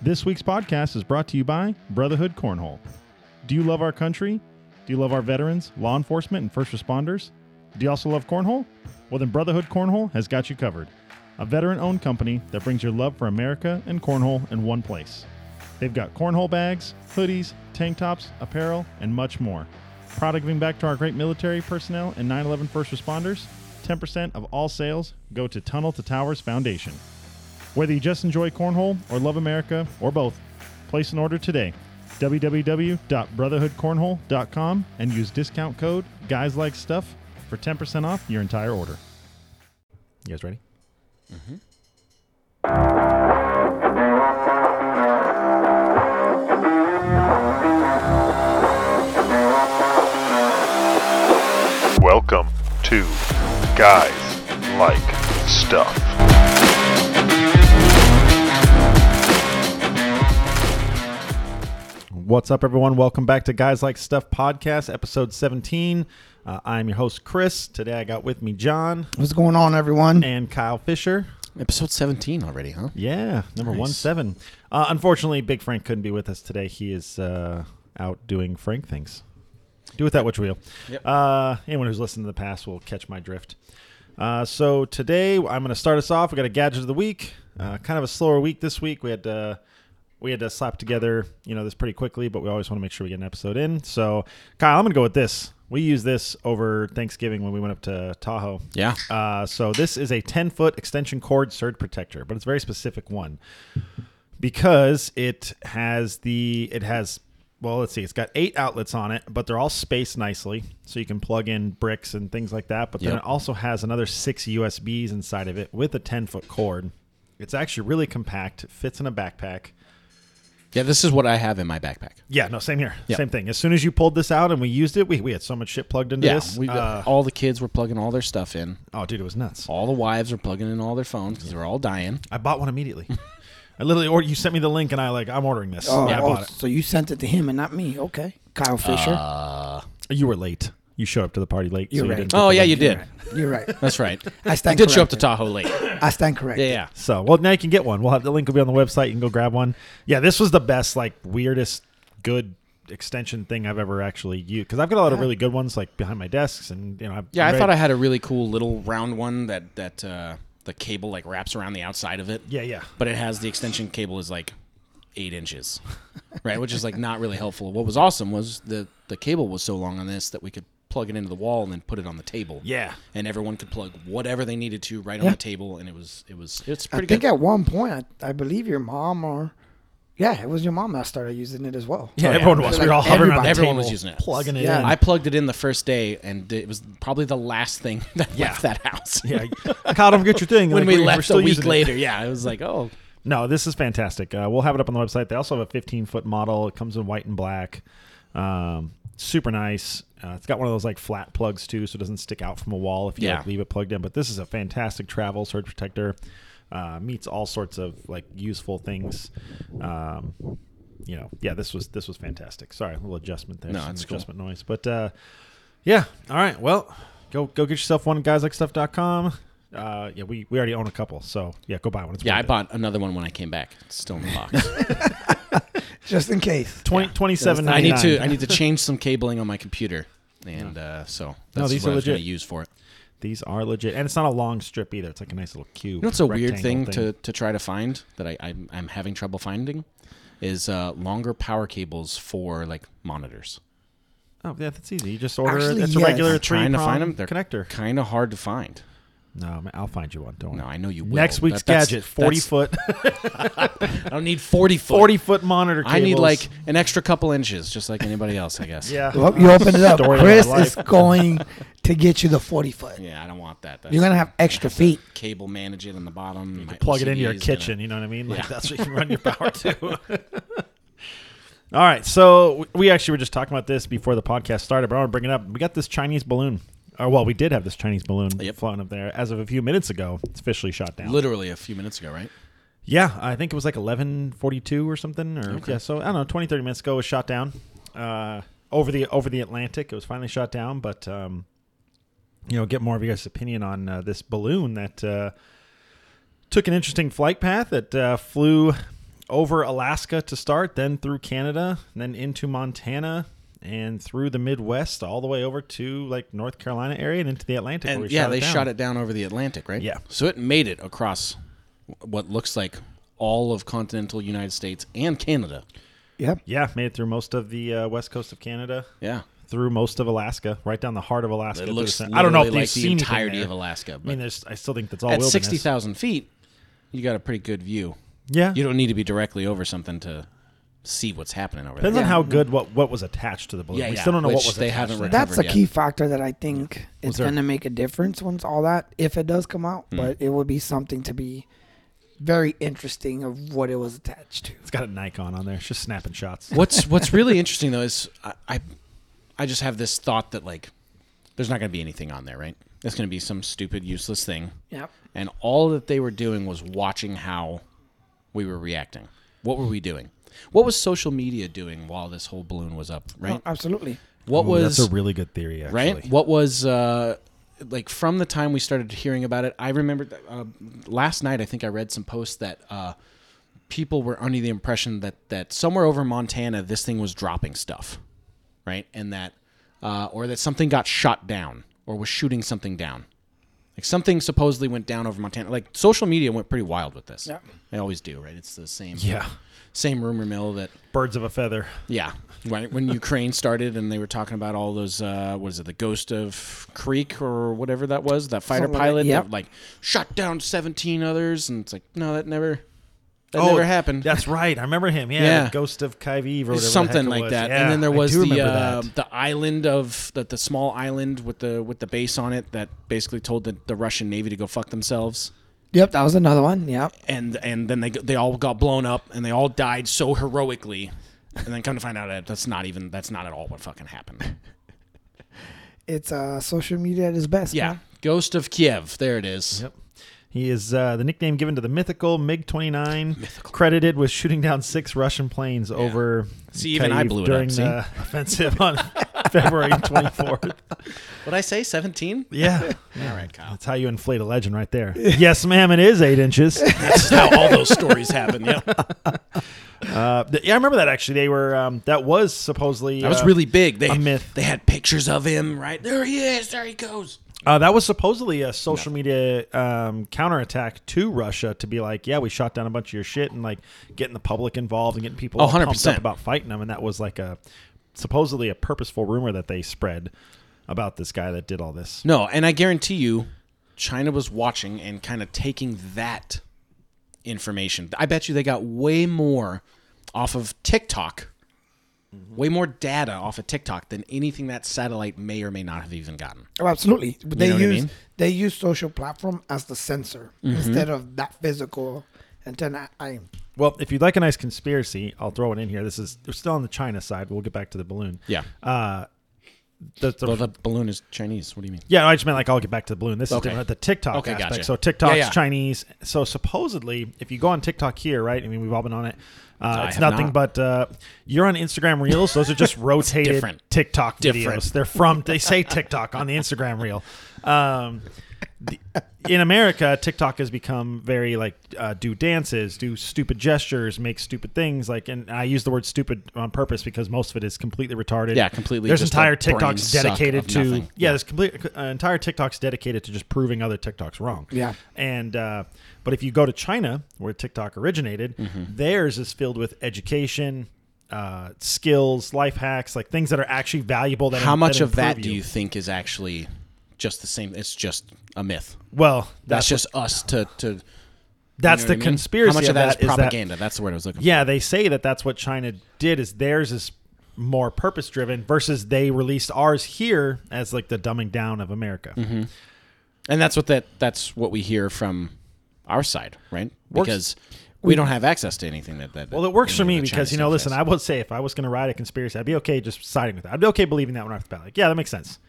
This week's podcast is brought to you by Brotherhood Cornhole. Do you love our country? Do you love our veterans, law enforcement, and first responders? Do you also love cornhole? Well, then Brotherhood Cornhole has got you covered. A veteran owned company that brings your love for America and cornhole in one place. They've got cornhole bags, hoodies, tank tops, apparel, and much more. Proud of giving back to our great military personnel and 9 11 first responders, 10% of all sales go to Tunnel to Towers Foundation. Whether you just enjoy cornhole or love America or both, place an order today. www.brotherhoodcornhole.com and use discount code guys like stuff for 10% off your entire order. You guys ready? Welcome to Guys Like Stuff. What's up, everyone? Welcome back to Guys Like Stuff podcast, episode 17. Uh, I'm your host, Chris. Today I got with me John What's going on, everyone? and Kyle Fisher. Episode 17 already, huh? Yeah, number one seven. Uh, unfortunately, Big Frank couldn't be with us today. He is uh, out doing Frank things. Do with that what you will. Uh, anyone who's listened in the past will catch my drift. Uh, so today I'm going to start us off. We got a gadget of the week. Uh, kind of a slower week this week. We had uh, we had to slap together you know this pretty quickly, but we always want to make sure we get an episode in. So Kyle, I'm going to go with this. We used this over Thanksgiving when we went up to Tahoe. Yeah. Uh, so this is a 10 foot extension cord surge protector, but it's a very specific one because it has the it has well let's see it's got eight outlets on it but they're all spaced nicely so you can plug in bricks and things like that but then Yep. it also has another six usbs inside of it with a 10 foot cord it's actually really compact fits in a backpack Yeah, this is what I have in my backpack. yeah no same here Yep. same thing as soon as you pulled this out and we used it we, we had so much shit plugged into Yeah, this we, uh, all the kids were plugging all their stuff in. oh dude it was nuts All the wives were plugging in all their phones because they're all dying. i bought one immediately i literally or you sent me the link and i like i'm ordering this Oh, yeah, i oh, bought so you sent it to him and not me. Okay. Kyle Fisher. it you were late you showed up to the party late so You're you right. didn't Oh, yeah, you did. You're right. That's right. I I stand did show up to corrected. Tahoe late. I stand corrected. Yeah, yeah. So, well, now you can get one. We'll have the link will be on the website. You can go grab one. Yeah, this was the best, like weirdest, good extension thing I've ever actually used because I've got a lot of really good ones like behind my desks and you know. I've Yeah, I read- thought I had a really cool little round one that that uh, the cable like wraps around the outside of it. Yeah, yeah. But it has the extension cable is like eight inches, right? Which is like not really helpful. What was awesome was the the cable was so long on this that we could plug it into the wall and then put it on the table. Yeah. and everyone could plug whatever they needed to right on the table, and it was it was it's I pretty think good. at one point, I, I believe your mom or. Yeah, it was your mom that started using it as well. Yeah, yeah. everyone was. we were all hovering around the everyone table, was using it. plugging it Yeah. in. I plugged it in the first day, and it was probably the last thing that left that house. yeah, Kyle, don't forget your thing. when Like, we were left still a week using it. later, yeah, I was like, oh, No, this is fantastic. Uh, we'll have it up on the website. They also have a 15 foot model. It comes in white and black. Um, super nice. Uh, it's got one of those like flat plugs too, so it doesn't stick out from a wall if you Yeah. like, leave it plugged in. But this is a fantastic travel surge protector. Uh, meets all sorts of like useful things. Um, you know, yeah, this was this was fantastic. Sorry, a little adjustment there, No, some it's cool. adjustment noise, but uh, yeah. All right, well, go go get yourself one at guyslikestuff.com. Uh, yeah, we, we already own a couple, so yeah, go buy one. It's yeah, worth I it. bought another one when I came back. It's still in the box. Just in case. 20, 27 I need to I need to change some cabling on my computer, and uh, so that's these what are I was going to legit. use for it. These are legit, and it's not a long strip either. It's like a nice little cube. You know, it's a weird rectangle thing, to to try to find that I I'm, I'm having trouble finding is uh, longer power cables for like monitors. Oh, yeah, that's easy. You just order Actually, it. It's a yes. regular I'm three Trying to find them, they're connector. kind of hard to find. No, man, I'll find you one. Don't worry. No, I know you will. Next week's That- that's- gadget: forty that's- foot, I don't need forty foot. forty foot monitor. Cables. I need like an extra couple inches, just like anybody else, I guess. yeah. Well, you opened it up. Story of my Chris life. is going to get you the 40 foot. Yeah, I don't want that. That's You're going to have extra feet. cable manage it on the bottom. You plug it into your kitchen. You know what I mean? Like Yeah. that's what you can run your power to. All right, so w- we actually were just talking about this before the podcast started, but I want to bring it up. We got this Chinese balloon, or well, we did have this Chinese balloon Yep. floating up there as of a few minutes ago. It's officially shot down. Literally a few minutes ago, right? Yeah, I think it was like 11:42 or something or yeah, so I don't know, 20 30 minutes ago it was shot down. Uh over the over the Atlantic, it was finally shot down, but um you know, get more of your guys' opinion on uh, this balloon that uh took an interesting flight path that uh flew over Alaska to start, then through Canada, then into Montana, and through the Midwest, all the way over to like North Carolina area and into the Atlantic. where And we yeah, shot they it down. shot it down over the Atlantic, right? Yeah. So it made it across wh- what looks like all of continental United States and Canada. Yep. Yeah, made it through most of the uh, west coast of Canada, Yeah. through most of Alaska, right down the heart of Alaska. It through looks the cen- I don't know if literally they've like seen the anything entirety there. of Alaska, I mean, but there's, I still think that's all at wilderness. 60,000 feet, you got a pretty good view. Yeah, You don't need to be directly over something to see what's happening over depends there. on how good what what was attached to the balloon. Yeah, we yeah, still don't know what which was they attached haven't to it. recovered. That's a yet. key factor that I think it's there- going to make a difference once all that, if it does come out. But it would be something to be very interesting of what it was attached to. It's got a Nikon on there. It's just snapping shots. what's what's really interesting though is I, I I just have this thought that like there's not going to be anything on there, right? It's going to be some stupid useless thing. Yep. And all that they were doing was watching how we were reacting. What were we doing? What was social media doing while this whole balloon was up, right? Oh, absolutely. what Ooh, was that's a really good theory, actually. right? What was uh, like from the time we started hearing about it? I remember that, uh, last night. I think I read some posts that uh, people were under the impression that that somewhere over Montana this thing was dropping stuff, right? And that uh, or that something got shot down or was shooting something down. Like something supposedly went down over Montana. Like social media went pretty wild with this. Yeah. They always do, right? It's the same Yeah, same rumor mill that birds of a feather. yeah, right. When Ukraine started and they were talking about all those, uh, what is it, the Ghost of Creek or whatever that was, that fighter Something like that, pilot yep. that like shot down seventeen others, and it's like, no, that never, that Oh, never happened. That's right. I remember him. Yeah, Yeah. the Ghost of Khyve or whatever the heck Something it like was. that. Yeah, and then there I was do the remember uh, that. the island of the, the small island with the with the base on it that basically told the, the Russian Navy to go fuck themselves. Yep. That was another one. Yep. and and then they they all got blown up and they all died so heroically and then come to find out that that's not even that's not at all what fucking happened It's uh, social media at its best. yeah man. ghost of kiev there it is Yep. He is uh, the nickname given to the mythical MiG 29, credited with shooting down six Russian planes over See, even I Kyiv blew it up, during see? the offensive on February 24th. what i say 17 Yeah. all right kyle That's how you inflate a legend right there. yes, ma'am, it is eight inches. that's how all those stories happen yeah that Uh, th- yeah, I remember that actually. They were, um, that was supposedly. uh, That was really big they A myth. they had pictures of him right there he is there he goes Uh, that was supposedly a social media um, counterattack to Russia to be like, yeah, we shot down a bunch of your shit and like getting the public involved and getting people Oh, all pumped 100%. up about fighting them. And that was like a supposedly a purposeful rumor that they spread about this guy that did all this. no and i guarantee you china was watching and kind of taking that information i bet you they got way more off of tiktok Mm-hmm. way more data off of tiktok than anything that satellite may or may not have even gotten Oh, absolutely. But they know what I use mean? they use social platform as the sensor instead of that physical antenna. I Well, if you'd like a nice conspiracy, I'll throw it in here. This is we're still on the China side. We'll get back to the balloon. yeah Uh, the, the- well the balloon is chinese what do you mean Yeah, no, I just meant like I'll get back to the balloon. This Okay. is different. The TikTok Okay, aspect. gotcha. So TikTok's Yeah, yeah. Chinese. So supposedly, if you go on TikTok here, right? I mean, we've all been on it. Uh, I it's have nothing not. but uh, you're on Instagram Reels. Those are just rotated different. TikTok Different. videos. They're from they say TikTok on the Instagram Reel. Um, the- in America, TikTok has become very like uh, do dances, do stupid gestures, make stupid things. Like, and I use the word stupid on purpose because most of it is completely retarded. Yeah, completely There's just entire a brain TikToks suck dedicated of to nothing. yeah, there's complete uh, entire TikToks dedicated to just proving other TikToks wrong. Yeah. And uh, but if you go to China, where TikTok originated, Mm-hmm. theirs is filled with education, uh, skills, life hacks, like things that are actually valuable. That how im- much that of that improve do you think is actually just the same it's just a myth Well, that's that's, just us to to that's the you know what I mean? conspiracy. how much of that is that- propaganda that's the word i was looking Yeah, they say that that's what China did. Is theirs is more purpose driven versus they released ours here as like the dumbing down of America. for and that's what that that's what we hear from our side right Works- because we don't have access to anything that that Well, it works for any me of the because you Chinese know, listen, stuff has. I would say if I was going to ride a conspiracy, I'd be okay just siding with it. I'd be okay believing that one off the bat. Like, yeah, that makes sense.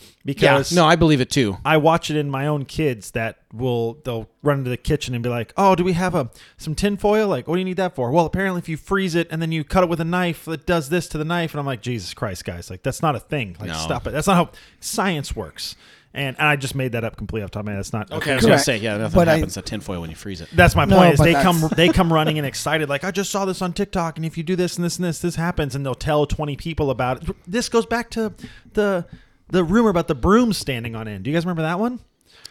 yeah Because no i believe it too I watch it in my own kids that will they'll run into the kitchen and be like, "Oh, do we have a some tin foil? Like, what do you need that for?" Well, apparently, if you freeze it and then you cut it with a knife, that does this to the knife, and I'm like, "Jesus Christ, guys! Like, that's not a thing. Like, No. stop it. That's not how science works." And, and I just made that up completely off the top of my head. That's not Okay, I was going to Correct. say, yeah, nothing But I- happens to tinfoil when you freeze it. That's my No, point. is but they that's- come they come running and excited like I just saw this on TikTok, and if you do this and this and this, this happens, and they'll tell twenty people about it. This goes back to the the rumor about the broom standing on end. Do you guys remember that one?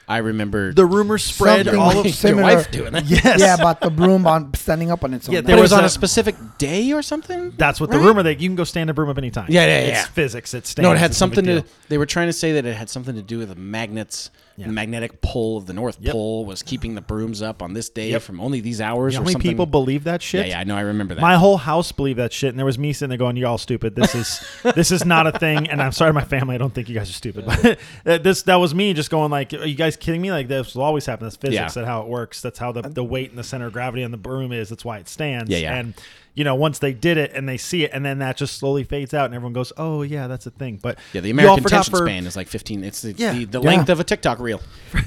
I remember The rumor spread Something all of like- your similar- wife doing that. yes. Yeah, about the broom on standing up on its own. Yeah, But there it was was on a- a specific day or something? That's what the Right? rumor that you can go stand a broom up anytime. Yeah, yeah, It's yeah. physics. It's stands. No, it had It's no big something to. deal. They were trying to say that it had something to do with the magnets. The magnetic pull of the North Yep. Pole was keeping the brooms up on this day Yep. from only these hours. How or many something. people believe that Yeah, shit? yeah, I know. I remember that. My whole house believed that shit, and there was me sitting there going, "You all stupid. This is this is not a thing." And I'm sorry, to my family. I don't think you guys are stupid, but that- this that was me just going like, "Are you guys kidding me? Like this will always happen. That's physics. Yeah. That's how it works. That's how the, Uh, the weight and the center of gravity on the broom is. That's why it stands." Yeah, yeah. And you know, once they did it and they see it, and then that just slowly fades out, and everyone goes, "Oh yeah, that's a thing." But yeah, the you all American forgot attention for- span is like 15. It's the, Yeah. the, the Yeah. length of a TikTok reel.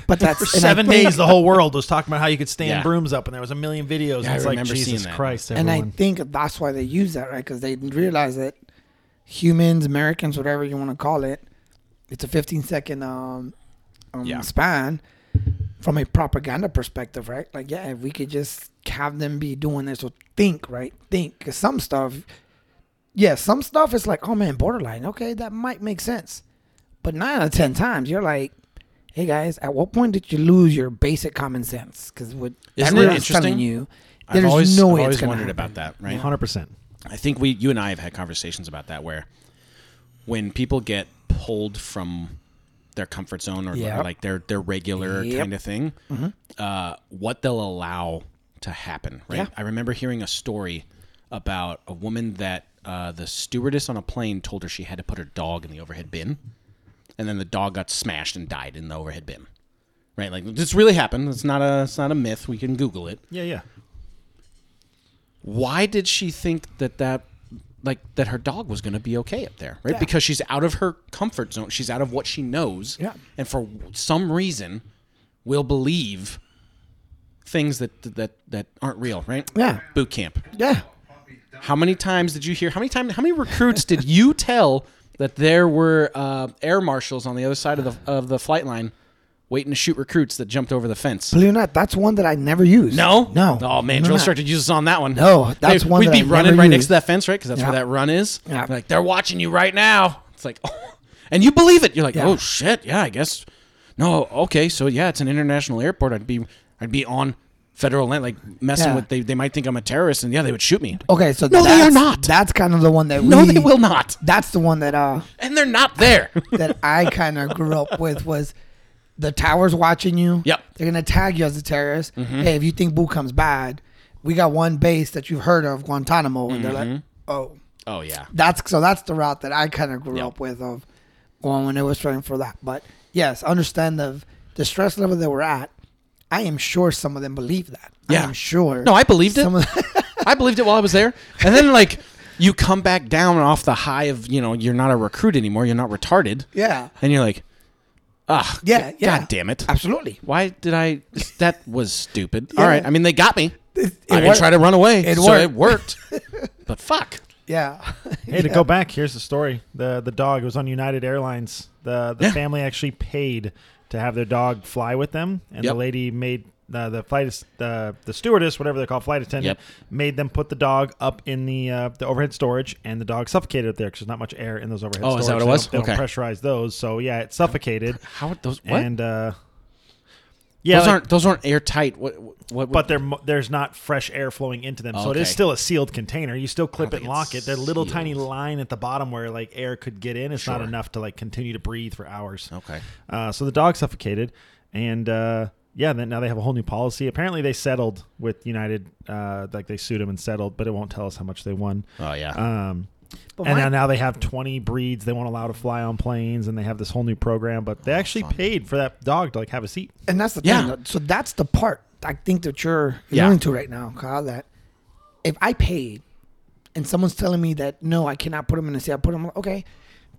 but that's For and I seven think- days, the whole world was talking about how you could stand Yeah. brooms up, and there was a million videos. and Yeah, I it's like remember seeing Jesus that. Christ, And everyone. I think that's why they use that, right? Because they realize that humans, Americans, whatever you want to call it, it's a 15 second um, um, Yeah. span from a propaganda perspective, right? Like, yeah, if we could just have them be doing this, or think, right? Think. Because some stuff, yeah, some stuff is like, oh man, borderline. Okay, that might make sense. But nine out of 10 times, you're like, hey guys, at what point did you lose your basic common sense? Because what Isn't it everyone's telling interesting? you, I've there's always, no I've way it's always going to wondered about happen. that, right? hundred percent. I think we, you and I have had conversations about that where when people get pulled from their comfort zone or Yep. like their, their regular Yep. Mm-hmm. kind of thing, uh, what they'll allow to happen, right? Yeah. I remember hearing a story about a woman that uh, the stewardess on a plane told her she had to put her dog in the overhead bin. And then the dog got smashed and died in the overhead bin. Right, like this really happened. It's not a, it's not a myth. We can Google it Yeah, yeah. why did she think that that like that her dog was going to be okay up there right Yeah. because she's out of her comfort zone she's out of what she knows Yeah. and for some reason will believe things that that that aren't real right Yeah. boot camp Yeah. how many times did you hear how many time how many recruits did you tell that there were uh, air marshals on the other side of the of the flight line waiting to shoot recruits that jumped over the fence Believe it or not, that's one that I never use. no, No. Oh man, No, drill no. instructor uses on that one. No, that's one We'd that be I running never right next use. to that fence, right? Because that's Yeah. where that run is. Yeah. Like they're watching you right now. It's like, oh, and you believe it. You're like, Yeah. oh shit, yeah, I guess. No, okay, so yeah, it's an international airport. I'd be, I'd be on federal land, like messing Yeah. with. They, they might think I'm a terrorist, and yeah, they would shoot me. Okay, so No, they that's- are not. That's kind of the one that No, we, they will not. That's the one that uh And they're not there. that I kind of grew up with was the towers watching you. Yep. Mm-hmm. they're gonna tag you as a terrorist. Hey, if you think Boo comes bad, we got one base that you've heard of, Guantanamo, and they're like, oh, oh yeah, that's so that's the route that I kind of grew Yeah. up with of going when it was trying for that. But yes, understand the the stress level that we're at. I am sure some of them believe that. Yeah. I'm sure. No, I believed it. Some of- I believed it while I was there. And then like you come back down off the high of, you know, you're not a recruit anymore, you're not retarded. Yeah. And you're like, ah, Yeah, g- yeah. God damn it. Absolutely. Why did I that was stupid. Yeah. All right. I mean they got me. I didn't worked. try to run away. It so it worked. but fuck. Yeah. Hey, to go back, here's the story. The the dog it was on United Airlines. The the Yeah. family actually paid to have their dog fly with them, and Yep. the lady made uh, the flight as- the the stewardess, whatever they call flight attendant, made them put the dog up in the uh, the overhead storage, and the dog suffocated up there because there's not much air in those overhead. Oh, storage. is that what it They was? don't- They don't, Okay. pressurize those, so yeah, it suffocated. How would those what? And uh, yeah, those like- aren't those aren't airtight. What what, what but there mo- there's not fresh air flowing into them, so it is Okay. still a sealed container. You still clip it think and it's lock it. That little tiny sealed. line at the bottom where like air could get in is not Sure. enough to like continue to breathe for hours. Okay. Uh, so the dog suffocated, and uh, yeah, then now they have a whole new policy. Apparently, they settled with United, uh, like they sued them and settled, but it won't tell us how much they won. Oh yeah. Um, But and my- now, now they have 20 breeds they won't allow to fly on planes, and they have this whole new program. But Oh, they actually paid for that dog to like have a seat. and that's the Yeah. thing. though. So that's the part I think that you're Yeah. going to right now, Kyle. That if I paid and someone's telling me that no, I cannot put them in the cell, put them. Okay,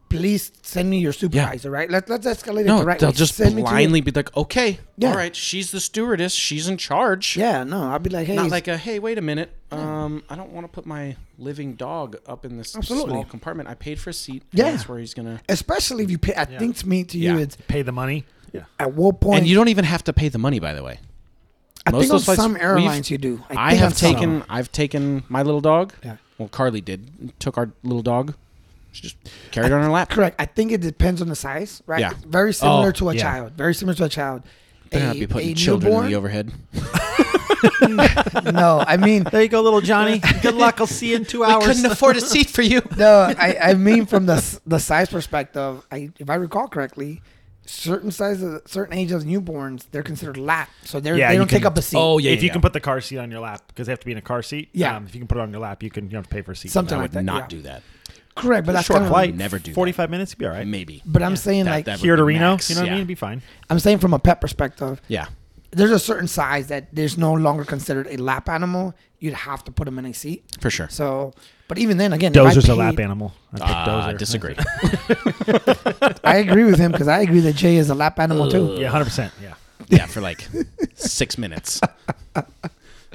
please send me your supervisor. Right? Let Let's escalate it. no, the right they'll way. just Send me to your- blindly be like, okay, Yeah. all right, she's the stewardess, she's in charge. yeah. No, I'd be like, hey, Not like a hey, wait a minute. Um, I don't want to put my living dog up in this Absolutely. small compartment. I paid for a seat. Yeah. that's where he's gonna. Especially if you pay. I think to me to you, Yeah. it's Pay the money. Yeah. at what point. And you don't even have to pay the money, by the way. I most think of on those flights some we've- airlines you do. I, think on have some. taken. I've taken my little dog. Yeah. Well, Carly did. Took our little dog. She just carried it on her lap. Correct. I think it depends on the size, right? Yeah. Very similar Oh, to a yeah. child. Very similar to a child. Better not be putting children in the overhead. overhead. no, I mean, There you go, little Johnny. Good luck. I'll see you in two hours. afford a seat for you. no, I, I mean from the s- the size perspective. I, if I recall correctly, certain sizes, certain ages of newborns, they're considered lap, so they're, Yeah, they you don't take can- up a seat. Oh yeah. if yeah, you yeah. can put the car seat on your lap because they have to be in a car seat. Um, Yeah. if you can put it on your lap, you can you don't have to pay for a seat. something I like would that. not yeah. do that. Correct, but that's Short kind of, flight. never do that. Forty-five minutes, you'd be all right. Maybe. But I'm saying That- like that would Here to be Reno, max, you know what yeah. I mean? It'd be fine. I'm saying from a pet perspective, Yeah. there's a certain size that there's no longer considered a lap animal. You'd have to put them in a seat. For sure. So, but even then, again, if I Dozer's a lap paid- animal. I picked Uh, Dozer. disagree. I agree with him because I agree that Jay is a lap animal too. Yeah, hundred percent. Yeah. yeah, for like six minutes.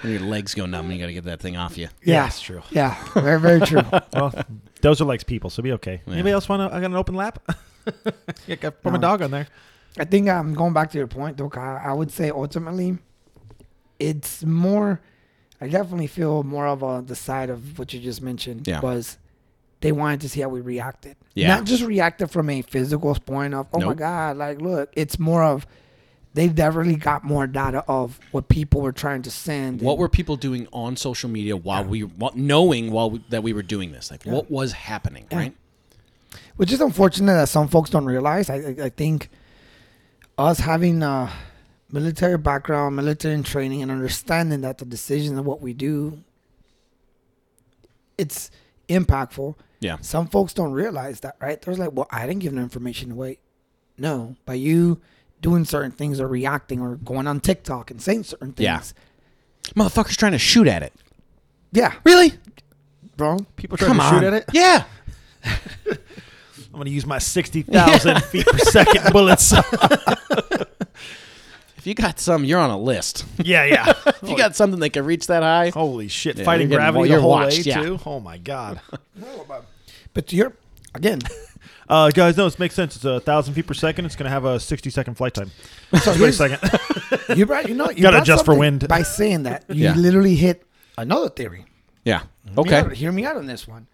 When your legs go numb, and you got to get that thing off you. Yeah, that's true. Yeah, very very true. Well, Dozer likes people, so be okay. Anybody else want to? I got an open lap. yeah, got- put my No. dog on there. I think I'm going back to your point, though. Kyle, I would say ultimately, it's more. I definitely feel more of a, the side of what you just mentioned Yeah. was they wanted to see how we reacted. Yeah. Not just reacted from a physical point of, oh my Nope. God, like, look, it's more of they definitely got more data of what people were trying to send. What and- were people doing on social media while we, what, knowing while we, that we were doing this? Like, what was happening? Right? which is unfortunate that some folks don't realize. I, I, I think us having a military background, military training, and understanding that the decisions of what we do, it's impactful. Yeah. Some folks don't realize that, right? They're like, well, I didn't give no information away. No, by you doing certain things or reacting or going on TikTok and saying certain Yeah. things. Motherfuckers trying to shoot at it. Yeah, Really? bro. People trying Come to on. shoot at it. Yeah. I'm going to use my sixty thousand feet per second bullets. If you got some, you're on a list. yeah, yeah. if Oh, you got something that can reach that high, Holy shit! Yeah, Fighting you're getting- gravity you're the whole watched, way yeah. too. Oh my god. But to your, again, Uh, guys, no, this makes sense. It's a thousand feet per second. It's going to have a sixty-second flight time. Just wait a second. you brought, you know, you Gotta brought adjust for something wind. By saying that, you Yeah. literally hit another theory. yeah. Hear Okay. me out- hear me out on this one.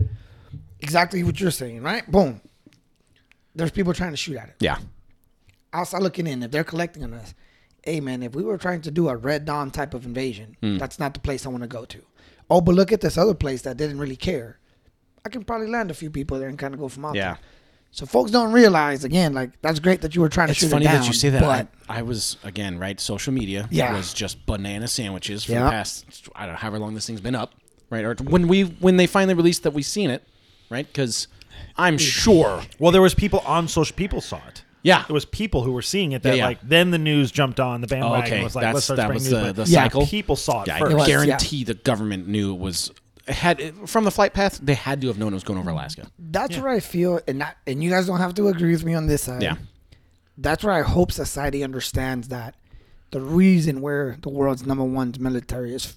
Exactly what you're saying, right? Boom. There's people trying to shoot at it. Yeah. Outside looking in, if they're collecting on us, hey man, if we were trying to do a red dawn type of invasion, Hmm. that's not the place I want to go to. Oh, but look at this other place that didn't really care. I can probably land a few people there and kind of go from out Yeah. there. So folks don't realize again, like that's great that you were trying to It's shoot it funny that you down, say that. But I, I was again right. Social media Yeah. was just banana sandwiches for Yeah. the past I don't know however long this thing's been up, right? Or when we when they finally released that we seen it, right? Because I'm sure. Well, there was people on social. People saw it. Yeah. it was people who were seeing it. That Yeah, yeah. like then the news jumped on the bandwagon. okay, and was like, that's let's start that spreading was news. the, but the Yeah. cycle. People saw it Yeah, first. I was, yeah. guarantee the government knew it was had from the flight path. They had to have known it was going over Alaska. that's where I feel, and not, and you guys don't have to agree with me on this side. Yeah. that's where I hope society understands that the reason we're the world's number one military is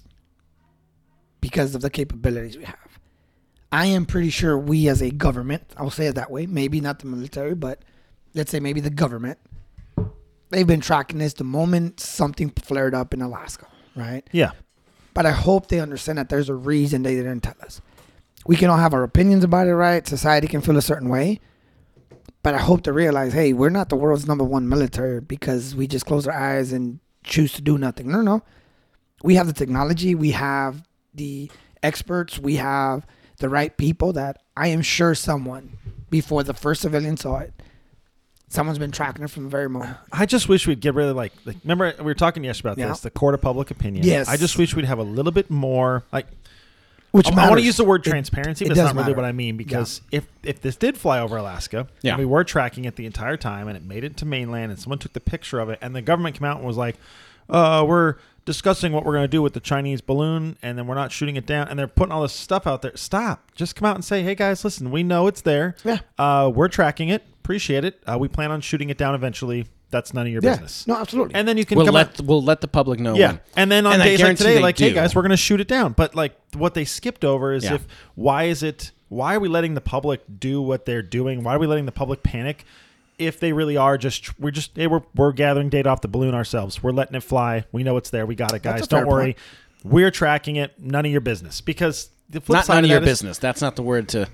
because of the capabilities we have. I am pretty sure we as a government, I'll say it that way, maybe not the military, but let's say maybe the government, they've been tracking this the moment something flared up in Alaska, right? yeah, But I hope they understand that there's a reason they didn't tell us. We can all have our opinions about it, right? Society can feel a certain way. But I hope to realize, hey, we're not the world's number one military because we just close our eyes and choose to do nothing. No, no. We have the technology, we have the experts, we have the right people that I am sure someone before the first civilian saw it, someone's been tracking it from the very moment. I just wish we'd get rid of like, like. Remember, we were talking yesterday about Yeah. this. The court of public opinion. Yes. I just wish we'd have a little bit more like. Which I want to matters. use the word It- transparency, it but it's does not really matter. what I mean because if if this did fly over Alaska, Yeah. and we were tracking it the entire time, and it made it to mainland, and someone took the picture of it, and the government came out and was like, "Uh, we're discussing what we're going to do with the Chinese balloon, and then we're not shooting it down, and they're putting all this stuff out there. Stop! Just come out and say, hey guys, listen, we know it's there. Yeah. uh, we're tracking it. Appreciate it. Uh, we plan on shooting it down eventually. that's none of your Yeah. business. No, absolutely. And then you can We'll come let out- we'll let the public know. yeah, when. and then on I days like guarantee today, they like, hey do. guys, we're gonna shoot it down. But like, what they skipped over is Yeah. if why is it why are we letting the public do what they're doing? Why are we letting the public panic? If they really are just we're just hey, we're we're gathering data off the balloon ourselves. We're letting it fly. We know it's there. We got it, That's guys. a fair Don't worry. point. We're tracking it. None of your business because the flip not side none of your that is- business. That's not the word to.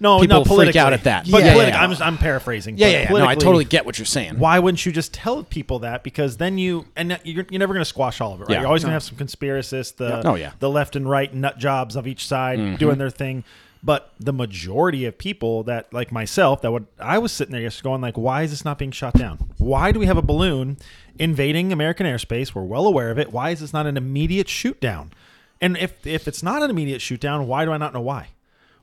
No, People no, freak politically. out at that. But Yeah, yeah, politic- yeah. I'm just, I'm paraphrasing. Yeah, but yeah, yeah. No, I politically, totally get what you're saying. why wouldn't you just tell people that? Because then you and that- you're, you're never going to squash all of it, right? Yeah. You're always going to have some conspiracists, the Oh, yeah. Mm-hmm. the left and right nut jobs of each side doing their thing. But the majority of people that, like myself, that would I was sitting there yesterday going, like, why is this not being shot down? Why do we have a balloon invading American airspace? We're well aware of it. Why is this not an immediate shoot down? And if if it's not an immediate shoot down, why do I not know why?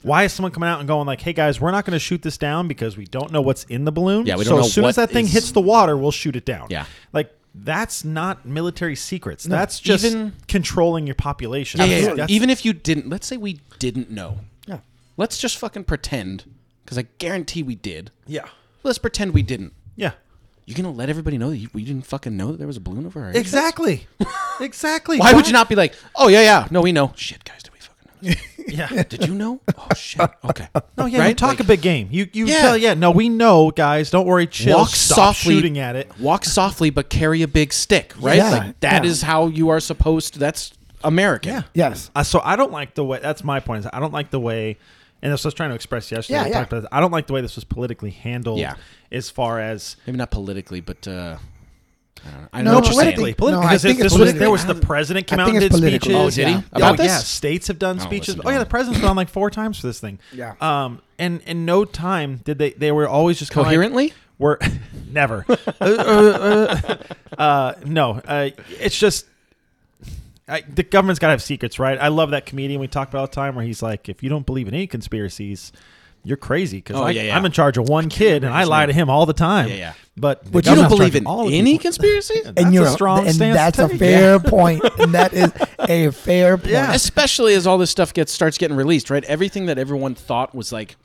Why is someone coming out and going like, "Hey guys, we're not going to shoot this down because we don't know what's in the balloon"? Yeah, we don't so know as soon as what that thing is- hits the water, we'll shoot it down. Yeah. Like that's not military secrets. that's just even- controlling your population. Yeah, yeah, yeah. That's- Even if you didn't, let's say we didn't know. yeah. Let's just fucking pretend, because I guarantee we did. yeah. Let's pretend we didn't. Yeah. You're gonna let everybody know that you, we didn't fucking know that there was a balloon over our heads? Exactly. exactly. Why would you not be like, oh yeah, yeah, no, we know. Shit, guys, did we fucking know? this? Yeah. Did you know? Oh shit. Okay. No, yeah, you talk Like, a big game. You you Yeah. tell yeah, no, we know, guys. Don't worry, chill. Walk Stop softly, shooting at it. Walk softly, but carry a big stick, right? Yeah, like that yeah. is how you are supposed. to, That's American. Yeah. Yes. Uh, so I don't like the way. That's my point. Is I don't like the way. And this I was trying to express yesterday. Yeah, we yeah. talked about this. I don't like the way this was politically handled. Yeah. As far as Maybe not politically, but uh, I don't know. I No, know what you're politically, saying. politically- No, politically. I because think if this it's was politically. there was the president came I out think and did it's political. speeches. Oh, did he? Yeah. About Oh, yeah, this? states have done don't speeches. listen to Oh yeah, him. the president's been on like four times for this thing. Yeah. Um, and in no time did they they were always just kinda like- Coherently? we're never. uh, uh, uh, uh, no, uh, it's just I, the government's got to have secrets, right? I love that comedian we talk about all the time, where he's like, "If you don't believe in any conspiracies, you're crazy." Because Oh, I, yeah, yeah. I'm in charge of one kid, and I his lie to him all the time. Yeah, yeah. But the But you don't government's believe charging in all the any people. conspiracies, That's and a you're strong and stance that's to a take. fair point. And that is a fair point. Yeah. especially as all this stuff gets starts getting released, right? Everything that everyone thought was like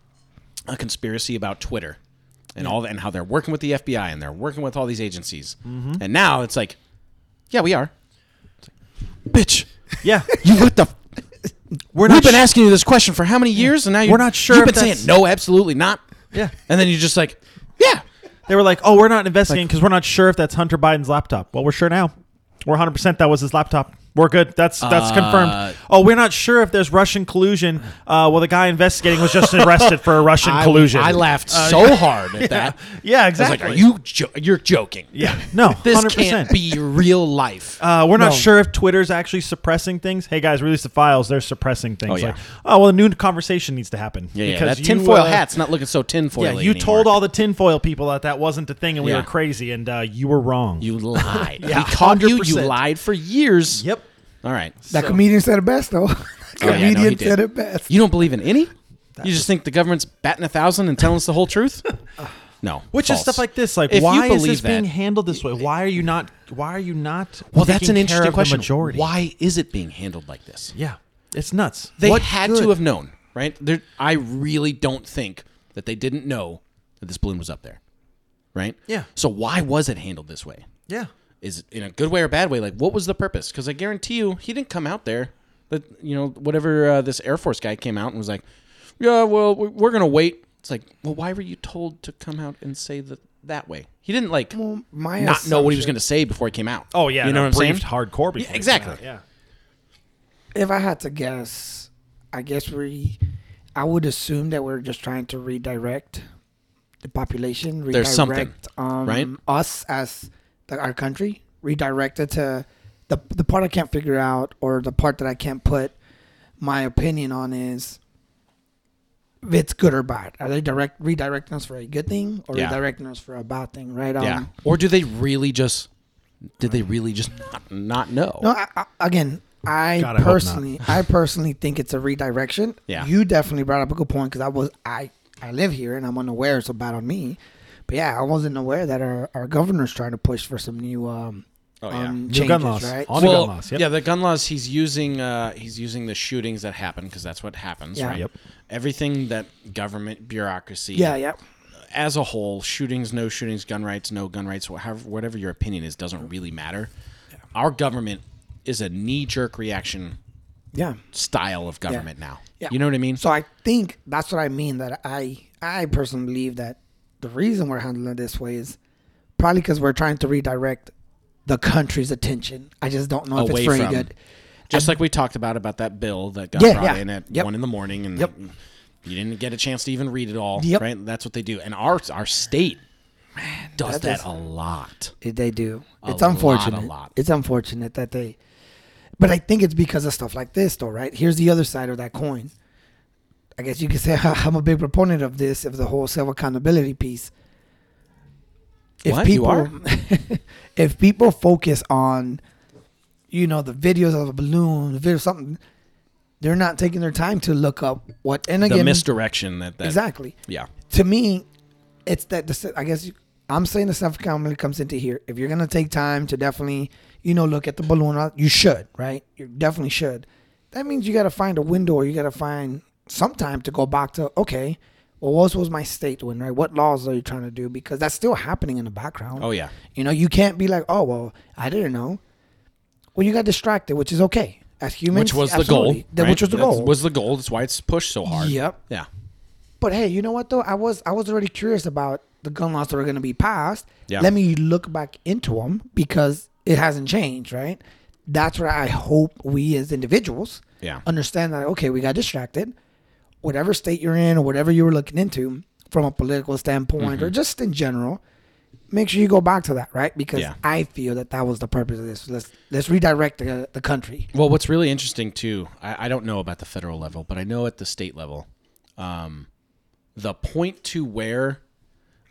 a conspiracy about Twitter and all that, and how they're working with the FBI and they're working with all these agencies, and now it's like, yeah, we are. It's like, Bitch, Yeah, you what the? we're We've not. been sh- asking you this question for how many years, and now you're, We're not sure You've if been saying that's- no, absolutely not, yeah, and then you're just like, yeah, they were like, "Oh, we're not investigating because we're not sure if that's Hunter Biden's laptop." Well, we're sure now. We're 100 percent that was his laptop. We're good. That's Uh, that's confirmed. Oh, we're not sure if there's Russian collusion. Uh, well, the guy investigating was just arrested for a Russian I- collusion. I, laughed so hard at that. Yeah, I was like, exactly. are you? Jo- you're joking. Yeah. No. This 100%. can't be real life. Uh, we're not No. sure if Twitter's actually suppressing things. Hey guys, release the files. They're suppressing things. Oh, yeah. Like, oh well, a new conversation needs to happen. yeah, yeah. because That you, tinfoil uh, hat's not looking so tinfoil. Yeah, you told all the tinfoil people that that wasn't the thing, and we Yeah. were crazy, and uh, you were wrong. You lied. Yeah, we called you. You 100%. lied for years. Yep. All right. That comedian said it best though. Oh, yeah, no, he comedian did. said it best. You don't believe in any? you just think the government's batting a thousand and telling us the whole truth? No. Which false. is stuff like this. Like, If you why is believe this being that- handled this way? Why are you not? Why are you not? Well, that's taking an care interesting of the question. majority? Why is it being handled like this? Yeah, it's nuts. They What had good? to have known, right? There, I really don't think that they didn't know that this balloon was up there, right? Yeah. So why was it handled this way? Yeah, is it in a good way or bad way like what was the purpose because i guarantee you he didn't come out there that you know whatever uh, this air force guy came out and was like yeah well we- we're gonna wait it's like well why were you told to come out and say that that way he didn't like Well, my not know what he was assumption- gonna say before he came out Oh yeah. you know no, what i'm saying briefed Hardcore. before they came exactly. out, Yeah. If I had to guess, I guess we, I would assume that we're just trying to redirect the population, redirect There's something, um, right? us as the, our country, redirect it to the the part I can't figure out or the part that I can't put my opinion on is if it's good or bad. Are they direct redirecting us for a good thing or Yeah. redirecting us for a bad thing? Right? Um, yeah or do they really just did they really just not, not know No, I, I, again, I God, I hope not. personally, I personally think it's a redirection. Yeah. you definitely brought up a good point because I was, I, I live here and I'm unaware. It's bad on me, but yeah, I wasn't aware that our, our governor's trying to push for some new, um, Oh, yeah. um, New changes, gun laws. right? On the gun laws. Yep. yeah, the gun laws. He's using uh, he's using the shootings that happen because that's what happens, Yeah. right? Yep. Everything that government bureaucracy, yeah, yeah, as a whole, shootings, no shootings, gun rights, no gun rights, however, whatever your opinion is, doesn't really matter. Our government is a knee jerk reaction Yeah. style of government now. Yeah. You know what I mean? So I think that's what I mean. That I I personally believe that the reason we're handling it this way is probably because we're trying to redirect the country's attention. I just don't know if Away it's very from. good. Just like we talked about about that bill that got Yeah, brought yeah. in at Yep. one in the morning, and Yep. you didn't get a chance to even read it all, right? Yep. That's what they do, and our our state does that that, is- a lot. They do. A it's lot, a unfortunate. lot. It's unfortunate that they. But I think it's because of stuff like this, though, right? Here's the other side of that coin. I guess you could say I'm a big proponent of this, of the whole self accountability piece. What? You are? if people focus on, you know, the videos of a balloon, the video of something, they're not taking their time to look up what. And The again, misdirection that, that exactly yeah, to me, it's that the I guess you, I'm saying the self accountability comes into here. If you're gonna take time to definitely, you know, look at the balloon, uh, you should, right? You definitely should. That means you gotta find a window, or you gotta find some time to go back to okay. Well, what was my state doing, right? What laws are you trying to do? Because that's still happening in the background. oh yeah, You know, you can't be like, oh well, I didn't know. Well, you got distracted, which is okay. As humans, which was the absolutely. goal, That- right? Which was the That goal. was the goal. That's why it's pushed so hard. Yep. yeah. But hey, you know what though? I was I was already curious about the gun laws that were going to be passed. Yeah. Let me look back into them because it hasn't changed, right? That's where I hope we as individuals Yeah. understand that okay, we got distracted. Whatever state you're in or whatever you were looking into from a political standpoint Mm-hmm. or just in general, make sure you go back to that, right? Because Yeah. I feel that that was the purpose of this. Let's let's redirect the, the country. Well, what's really interesting too, I, I don't know about the federal level, but I know at the state level, um, the point to where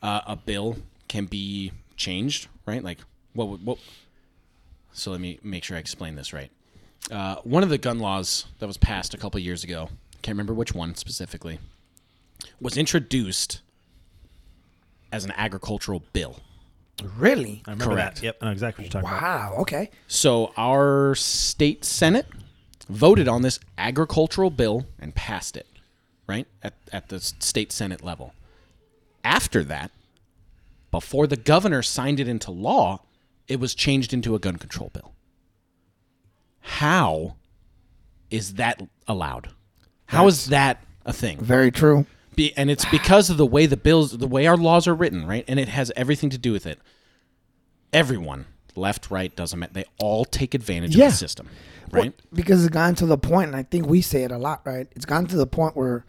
uh, a bill can be changed, right? Like what? would- What? So let me make sure I explain this right. Uh, one of the gun laws that was passed a couple years ago, can't remember which one specifically, was introduced as an agricultural bill. Really? I remember Correct. that. Yep, I know exactly what you're talking about. Wow. Okay. So our state senate voted on this agricultural bill and passed it, right? At at the s- state senate level. After that, before the governor signed it into law, it was changed into a gun control bill. How is that allowed? How is that a thing? Very true. Be, and it's because of the way the bills, the way our laws are written, right? And it has everything to do with it. Everyone, left, right, doesn't matter. They all take advantage Yeah. of the system, right? Well, because it's gotten to the point, and I think we say it a lot, right? It's gotten to the point where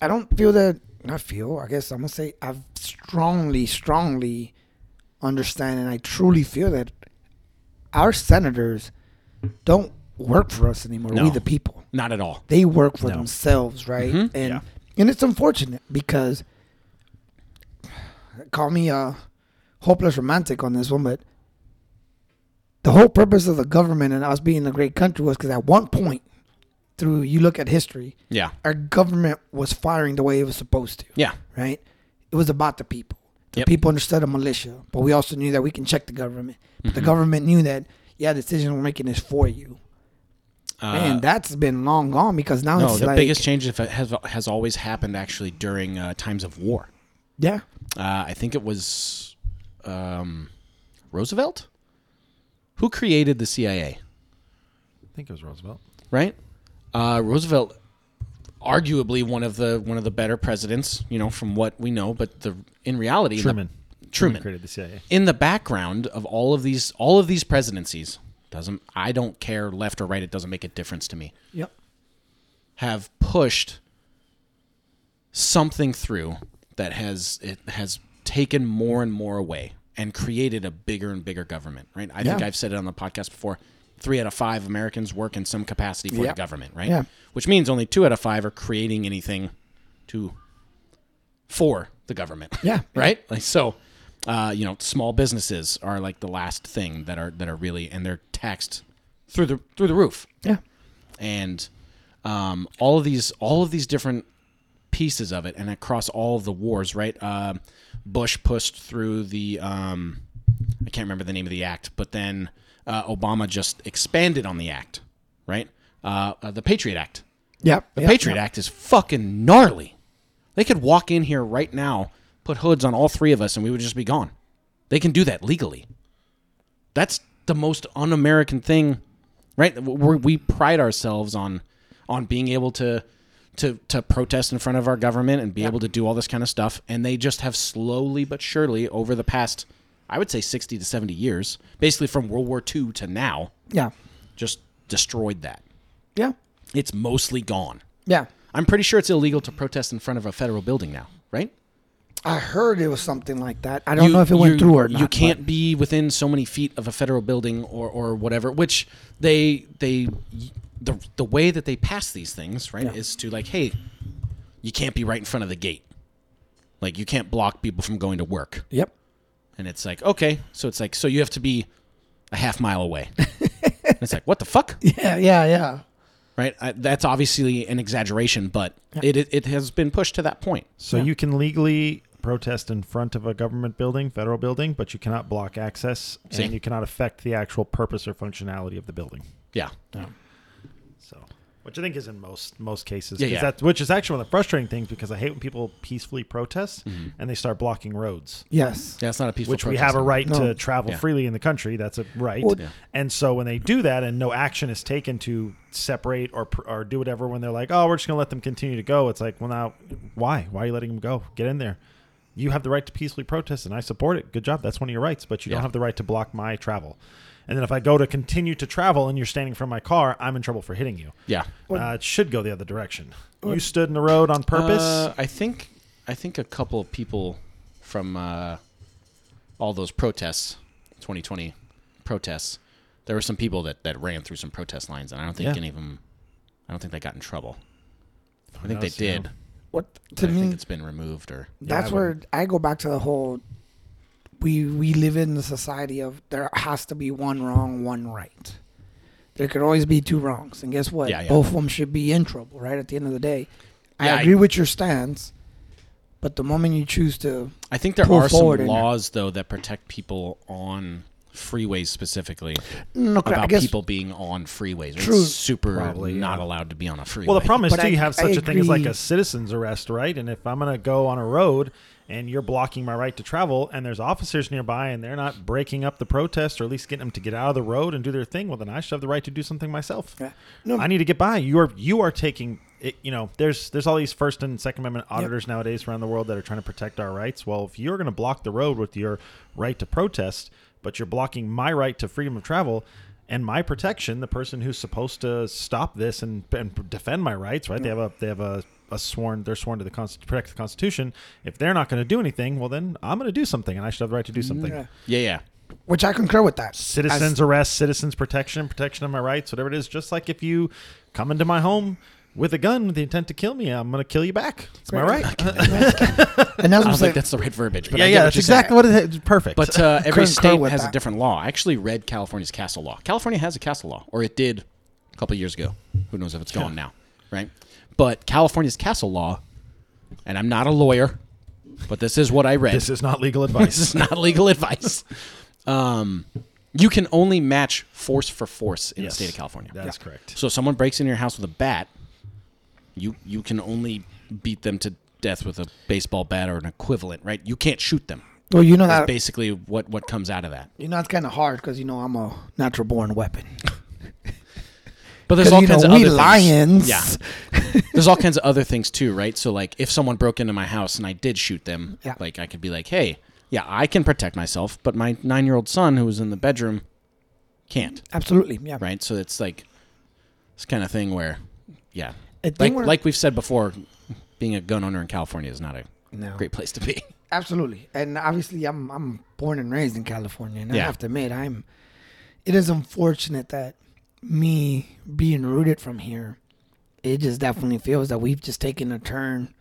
I don't feel that. Not feel. I guess I'm gonna say I've strongly, strongly understand, and I truly feel that our senators don't work for us anymore. No. We the people Not at all. they work for themselves, right? And Yeah. and it's unfortunate because call me a hopeless romantic on this one, but the whole purpose of the government and us being a great country was because at one point, through you look at history, Yeah. our government was firing the way it was supposed to Yeah. right? It was about the people. The Yep. people understood a militia, but we also knew that we can check the government. But Mm-hmm. the government knew that, yeah, the decision we're making is for you. Man, that's been long gone because now Uh, No, it's the like, biggest change of it has has always happened actually during uh, times of war. yeah, Uh, I think it was um, Roosevelt who created the CIA. I think it was Roosevelt. right? Uh, Roosevelt, arguably one of the one of the better presidents, you know, from what we know. But the in reality, in the- Truman. Truman, created the CIA. in the background of all of these all of these presidencies doesn't I don't care left or right. It doesn't make a difference to me. yep, Have pushed something through that has it has taken more and more away and created a bigger and bigger government. Right? I think Yeah. I've said it on the podcast before. Three out of five Americans work in some capacity for Yeah. the government, right? Yeah. Which means only two out of five are creating anything to for the government. Yeah. right. Like so, uh, you know, small businesses are like the last thing that are that are really and they're taxed through the through the roof yeah, and um, all of these all of these different pieces of it and across all of the wars right Um bush pushed through the um, i can't remember the name of the act but then uh, obama just expanded on the act right uh, uh, the patriot act yep. the patriot act is fucking gnarly they could walk in here right now put hoods on all three of us and we would just be gone. They can do that legally. That's the most un-American thing, right? We're, we pride ourselves on on being able to to to protest in front of our government and be able to do all this kind of stuff, and they just have slowly but surely over the past, I would say, sixty to seventy years, basically from World War II to now, Yeah. just destroyed that. Yeah. It's mostly gone. Yeah. I'm pretty sure it's illegal to protest in front of a federal building now, right? I heard it was something like that. I don't know if it went through or not. You but- can't be within so many feet of a federal building or, or whatever. Which they they the the way that they pass these things right Yeah. is to like, hey, you can't be right in front of the gate. Like you can't block people from going to work. Yep. And it's like okay, so it's like so you have to be a half mile away. And it's like what the fuck, Yeah. Yeah. Yeah. right? I, that's obviously an exaggeration, but it, it it has been pushed to that point. So you can legally protest in front of a government building, federal building, but you cannot block access See? and you cannot affect the actual purpose or functionality of the building. Yeah. So, which I think is in most most cases, Yeah, 'cause yeah. that's- which is actually one of the frustrating things because I hate when people peacefully protest Mm-hmm. and they start blocking roads. Yes. Yeah, it's not a peaceful Which we have a protest. right No. to travel Yeah. freely in the country. That's a right. Well- Yeah. And so when they do that and no action is taken to separate or pr- or do whatever, when they're like, oh, we're just going to let them continue to go, it's like, well, now, why? Why are you letting them go? Get in there. You have the right to peacefully protest, and I support it. Good job. That's one of your rights, but you Yeah. don't have the right to block my travel. And then if I go to continue to travel and you're standing from my car, I'm in trouble for hitting you. Yeah. Uh, it should go the other direction. You stood in the road on purpose. Uh, I think I think a couple of people from uh, all those protests, 2020 protests, there were some people that, that ran through some protest lines, and I don't think Yeah. any of them, I don't think they got in trouble. I think knows, they you know? did. What but to I think me, it's been removed or that's I where I go back to the whole. We we live in the society of there has to be one wrong, one right. There could always be two wrongs, and guess what? Yeah, yeah. Both of them should be in trouble, right? At the end of the day, Yeah, I I- agree with your stance, but the moment you choose to, I think there Pull are some forward in there. laws though that protect people on freeways specifically no, I about guess people being on freeways. True. It's super Probably, not yeah. allowed to be on a freeway. Well, the problem is But too, I- you have I such a thing as like agree. a citizen's arrest, right? And if I'm going to go on a road and you're blocking my right to travel, and there's officers nearby and they're not breaking up the protest or at least getting them to get out of the road and do their thing, well, then I should have the right to do something myself. Yeah. No. I need to get by. You are you are taking. It, you know, there's there's all these First and Second Amendment auditors nowadays around the world that are trying to protect our rights. Well, if you're going to block the road with your right to protest, but you're blocking my right to freedom of travel and my protection, the person who's supposed to stop this and, and defend my rights, right? They have a they have a, a sworn they're sworn to the const- protect the Constitution. If they're not going to do anything, well then I'm going to do something, and I should have the right to do something. Yeah. yeah, yeah. which I concur with that. Citizens arrest, citizens protection, protection of my rights, whatever it is. Just like if you come into my home with a gun with the intent to kill me, I'm going to kill you back. It's my Right. right. and that's I what I'm don't think saying. that's the right verbiage, but yeah, I get yeah, what that's you're saying. exactly what it is. Perfect. But uh, every Concur state with has that. a different law. I actually read California's castle law. California has a castle law, or it did a couple years ago. Who knows if it's gone now, right? But California's castle law, and I'm not a lawyer, but this is what I read. this is not legal this advice. is not legal advice. Um, you can only match force for force in Yes. the state of California. That is correct. So if someone breaks into your house with a bat, you you can only beat them to death with a baseball bat or an equivalent, right? You can't shoot them. well, you know That's that basically what what comes out of that. you know that's kind of hard because you know I'm a natural born weapon. But there's 'Cause, all you kinds know, of we other lions. Things. Yeah. there's all kinds of other things too, right? So like if someone broke into my house and I did shoot them, Yeah. like I could be like, "Hey, yeah, I can protect myself, but my 9-year-old son who was in the bedroom can't." Absolutely, yeah. Right? So it's like this kind of thing where yeah. I think Like we're- like we've said before, being a gun owner in California is not a No. great place to be. Absolutely, and obviously, I'm I'm born and raised in California, and I Yeah. have to admit, I'm. It is unfortunate that me being rooted from here, it just definitely feels that we've just taken a turn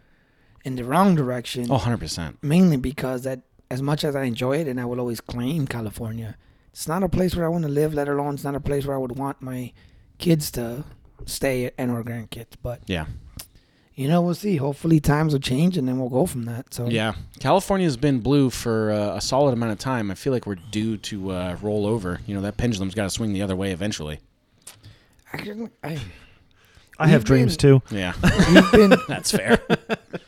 in the wrong direction. Oh, 100%. Mainly because that, as much as I enjoy it, and I will always claim California, it's not a place where I want to live. Let alone, it's not a place where I would want my kids to stay and our grandkids. But Yeah. you know, we'll see. Hopefully, times will change, and then we'll go from that. So Yeah, California's been blue for uh, a solid amount of time. I feel like we're due to uh, roll over. You know, that pendulum's got to swing the other way eventually. I, can- I, I have dreams too. Yeah, we've been that's fair.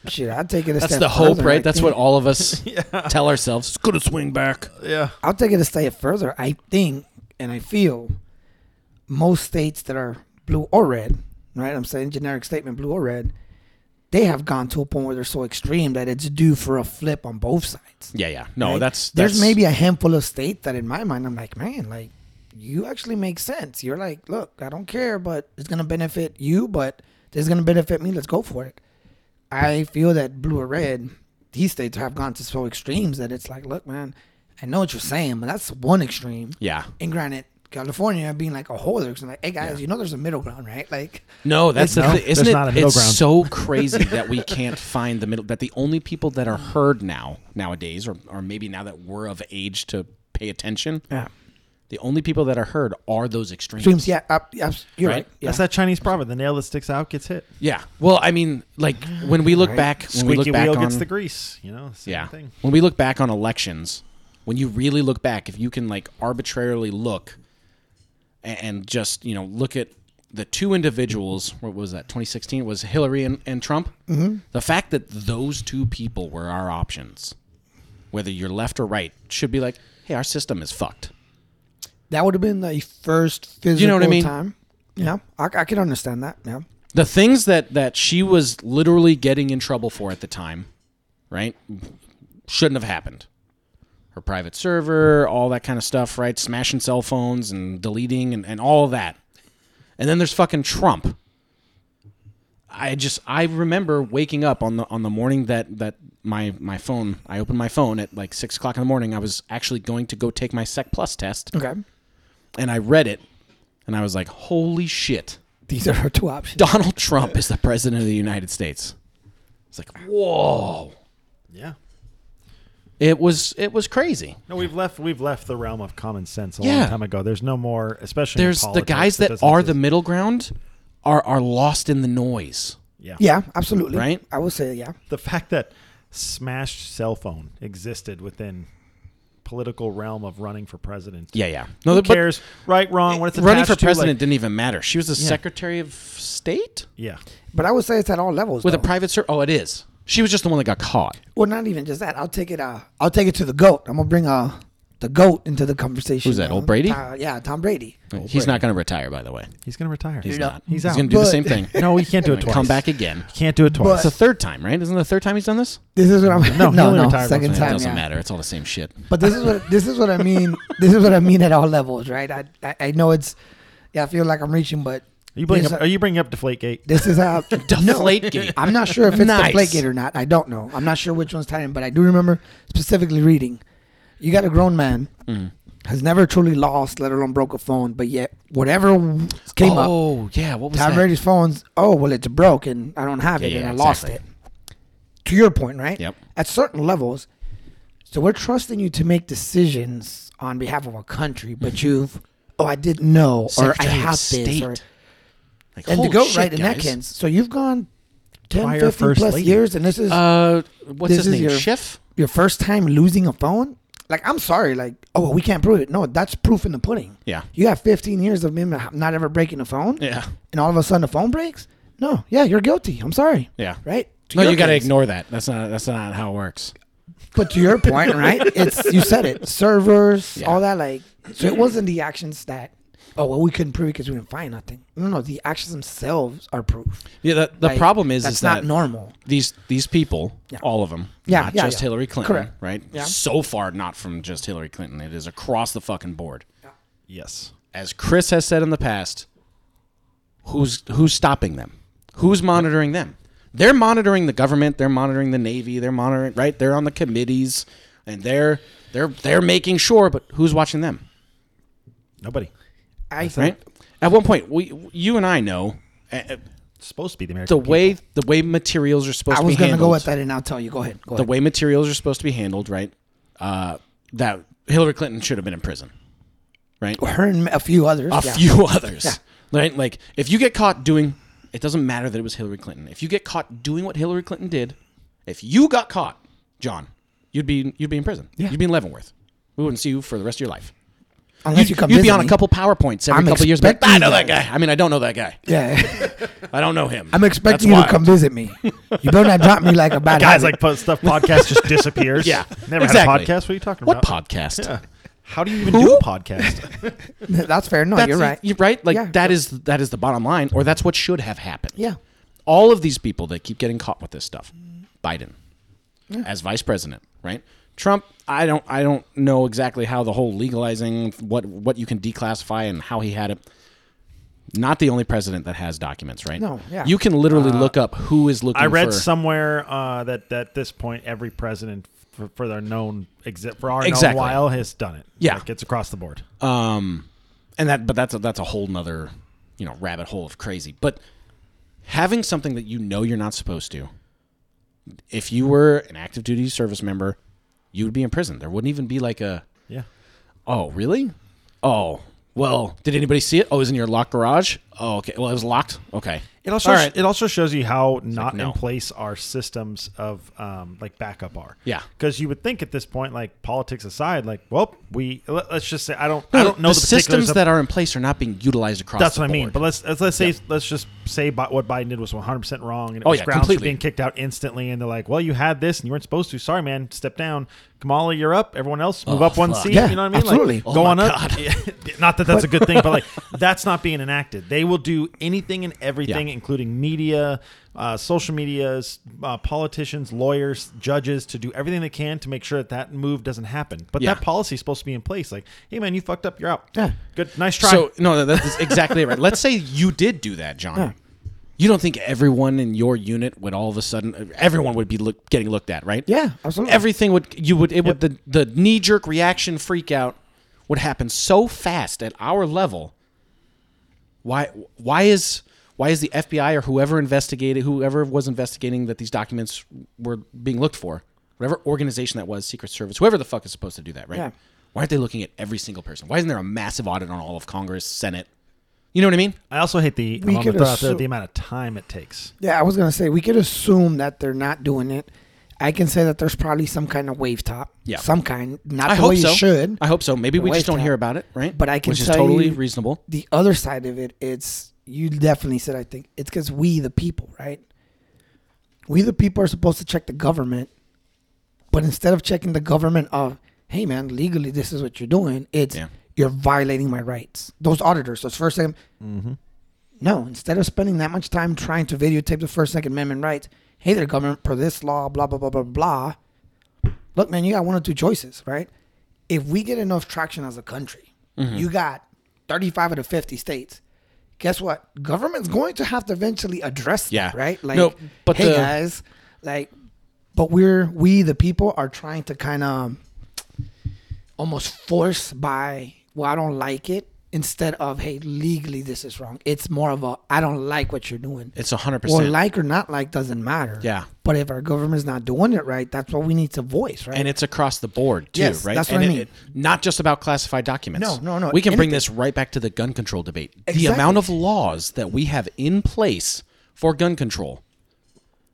Shit, I'll take it a That's step the hope, further, I right? That's what think. all of us tell ourselves. It's gonna swing back. Yeah. I'll take it a step further. I think and I feel most states that are blue or red, right? I'm saying generic statement, blue or red, they have gone to a point where they're so extreme that it's due for a flip on both sides. Yeah, yeah. No, right? that's, there's that's- maybe a handful of states that in my mind I'm like, man, like you actually make sense. You're like, look, I don't care, but it's gonna benefit you, but this is gonna benefit me. Let's go for it. I feel that blue or red, these states have gone to so extremes that it's like, look, man, I know what you're saying, but that's one extreme. Yeah. And granted, California being like a whole other extreme, like, hey guys, you know there's a middle ground, right? Like, No, that's the No, thing. Isn't there's it? not a middle it's ground. so crazy that we can't find the middle. That the only people that are heard now, nowadays, or or maybe now that we're of age to pay attention, yeah. the only people that are heard are those extremes. Extremes, yeah, up, yeah, you're right. Right. Yeah. That's that Chinese proverb: the nail that sticks out gets hit. Yeah. Well, I mean, like when we look back, when we Squeaky look back wheel on, gets the grease. You know, same yeah, thing. when we look back on elections, when you really look back, if you can like arbitrarily look a- and, just you know look at the two individuals, what was that? 2016 was Hillary and, and Trump. Mm-hmm. The fact that those two people were our options, whether you're left or right, should be like, hey, our system is fucked. That would have been the first physical you know what I mean? time. Yeah, I, I can understand that. Yeah, the things that that she was literally getting in trouble for at the time, right? Shouldn't have happened. Her private server, all that kind of stuff, right? Smashing cell phones and deleting and, and all of that. And then there's fucking Trump. I just I remember waking up on the on the morning that that my my phone I opened my phone at like six o'clock in the morning. I was actually going to go take my Sec Plus test, okay. and I read it, and I was like, "Holy shit!" These are our two options. Donald Trump is the president of the United States. It's like, whoa. Yeah. It was it was crazy. No, we've left we've left the realm of common sense a Yeah. long time ago. There's no more, especially in There's the politics, guys it that doesn't are the exist. middle ground are are lost in the noise. yeah. Yeah, absolutely. Right? I would say yeah. The fact that smashed cell phone existed within political realm of running for president. Yeah, yeah. Who No, but cares? Right, wrong. When it's running attached for to, like- president didn't even matter. She was the Secretary of State yeah. But I would say it's at all levels. with a though. private ser- Oh, it is. She was just the one that got caught. well, not even just that. I'll take it. Uh, I'll take it to the goat. I'm gonna bring uh the goat into the conversation. Who's that, uh, old Brady? uh, yeah, Tom Brady. He's not going to retire, by the way. He's gonna retire. He's not. He's out. going to do the But- same thing. no, he can't do it Gonna twice. Come back again. Can't do it twice. It's the third time, right? Isn't it the third time he's done this? This is what I'm. No, No, he no, only no retired second once. it time. doesn't yeah. matter. It's all the same shit. But this is what this is what I mean. this is what I mean at all levels, right? I I, I know it's. Yeah, I feel like I'm reaching, but Are you bringing there's up, a- are you bringing up Deflategate? This is how Deflategate. I'm not sure if it's Nice. the plate gate or not. I don't know. I'm not sure which one's tied in, but I do remember specifically reading. You got a grown man Mm. has never truly lost, let alone broke a phone, but yet whatever w- came up, oh, yeah. What was Tom that? Brady's phone's. Oh well, it's broke and I don't have Yeah, it and yeah, I lost it. exactly. To your point, right? Yep. At certain levels, so we're trusting you to make decisions on behalf of a country, but you've. Oh, I didn't know, Mm-hmm. Secretary or I of have this, or State. Like, and holy to go shit, right in that guys. case. So you've gone 10, Prior 15 first plus lady. years, and this is Uh, what's This his is name? your- Schiff. your first time losing a phone. Like, I'm sorry. Like, oh, well, we can't prove it. No, that's proof in the pudding. Yeah. You have 15 years of him not ever breaking a phone, Yeah. and all of a sudden the phone breaks. No, yeah, you're guilty. I'm sorry. Yeah. Right? To No, your you got to case. ignore that. That's not. That's not how it works. But to your point, right? It's you said it. Servers, Yeah. all that. Like, so it wasn't the actions that. Oh well, we couldn't prove because we didn't find nothing. No, no, the actions themselves are proof. Yeah. The, the Like, problem is, that's is not that normal. these these people, Yeah. all of them, Yeah, not yeah, just yeah. Hillary Clinton, Correct. right? Yeah. So far, not from just Hillary Clinton. It is across the fucking board. Yes. As Chris has said in the past, who's who's stopping them? Who's monitoring them? They're monitoring the government. They're monitoring the navy. They're monitoring right. They're on the committees, and they're they're they're making sure. But who's watching them? Nobody. I think. right? At one point, we, you and I know uh, It's supposed to be the American. the way the way materials are supposed I to was be gonna handled. go with that, and I'll tell you. Go ahead. Go The ahead. way materials are supposed to be handled, right? Uh, that Hillary Clinton should have been in prison, right? her and a few others. A yeah. few others, Yeah. right? Like if you get caught doing, it doesn't matter that it was Hillary Clinton. If you get caught doing what Hillary Clinton did, if you got caught, John, you'd be you'd be in prison. You'd be in Leavenworth. We wouldn't see you for the rest of your life. you'd, Unless you come you'd be visit on a me. couple PowerPoints every I'm couple years. But I expecting know that that. guy. I mean, I don't know that guy. Yeah, I don't know him. I'm That's expecting you wild. to come visit me. You better not drop me like a bad Guys habit. like po- stuff podcast just disappears. Yeah, Never exactly. had a podcast. What are you talking What about? podcast? Yeah. How do you even do a podcast? That's fair. No, That's- you're right. You're right. Like Yeah. that is that is the bottom line, or that's what should have happened. yeah. all of these people that keep getting caught with this stuff. Biden as vice president, right? Trump, I don't I don't know exactly how the whole legalizing what what you can declassify and how he had it. Not the only president that has documents, right? No, yeah. You can literally look up who is looking Uh, I read for somewhere uh, that that at this point every president for, for their known exi- for our known Exactly. while has done it. Yeah. like it's across the board. um and that but that's a, that's a whole nother you know rabbit hole of crazy but having something that you know you're not supposed to if you were an active duty service member you would be in prison there wouldn't even be like a yeah, oh really oh well did anybody see it oh it was in your locked garage oh okay well it was locked okay it also All right. it also shows you how not no. in place our systems of um, like backup are. Yeah. because you would think at this point, like politics aside, like well, we let, us just say I don't I don't know the, particulars systems of- that are in place are not being utilized across That's the what I mean. board. But let's let's, let's say let's just say Bi- what Biden did was 100 percent wrong, and it Oh, was yeah, grounds for completely. being kicked out instantly. And they're like, "Well, you had this, and you weren't supposed to. Sorry, man. Step down. Kamala, you're up. Everyone else, move Oh, up one fuck. seat. Yeah, you know what I mean? absolutely. Like, Oh, go my on God. up. Yeah. not that that's a good thing, but like that's not being enacted. They will do anything and everything, Yeah. including media, uh, social medias, uh, politicians, lawyers, judges, to do everything they can to make sure that that move doesn't happen. But Yeah. that policy is supposed to be in place. Like, hey, man, you fucked up. You're out. Yeah. Good. Nice try. So no, that- that's exactly right. Let's say you did do that, John. You don't think everyone in your unit would all of a sudden everyone would be look, getting looked at, right? Yeah, absolutely. Everything would you would it would the the knee jerk reaction freak out would happen so fast at our level. Why why is why is the FBI or whoever investigated whoever was investigating that these documents were being looked for, whatever organization that was, Secret Service, whoever the fuck is supposed to do that, right? Yeah. Why aren't they looking at every single person? Why isn't there a massive audit on all of Congress, Senate? You know what I mean? I also hate the We I'm gonna could throw out there assu- the amount of time it takes. Yeah, I was gonna say we could assume that they're not doing it. I can say that there's probably some kind of wave top. Yeah. Some kind, not I the hope way so. it should. I hope so. Maybe we Way just don't to- hear about it, right? But I can which is tell totally you- reasonable. the other side of it, it's you definitely said. I think it's because we the people, right? We the people are supposed to check the government, but instead of checking the government of, hey man, legally this is what you're doing, it's Yeah. you're violating my rights. Those auditors, those first second. Mm-hmm. No, instead of spending that much time trying to videotape the First Second Amendment rights, hey there, government, per this law, blah blah blah blah blah. Look, man, you got one or two choices, right? If we get enough traction as a country, Mm-hmm. you got 35 of the 50 states. Guess what? Government's going to have to eventually address Yeah. that, right? Like, No, but but hey the- guys, like, but we're we the people are trying to kind of almost force by well i don't like it instead of hey legally this is wrong it's more of a i don't like what you're doing It's hundred well percent. like or not like doesn't matter Yeah. but if our government's not doing it right that's what we need to voice right and it's across the board too, Yes, right? that's what and I it- mean. it- not just about classified documents. No, no, no, We can bring anything. this right back to the gun control debate. The Exactly. amount of laws that we have in place for gun control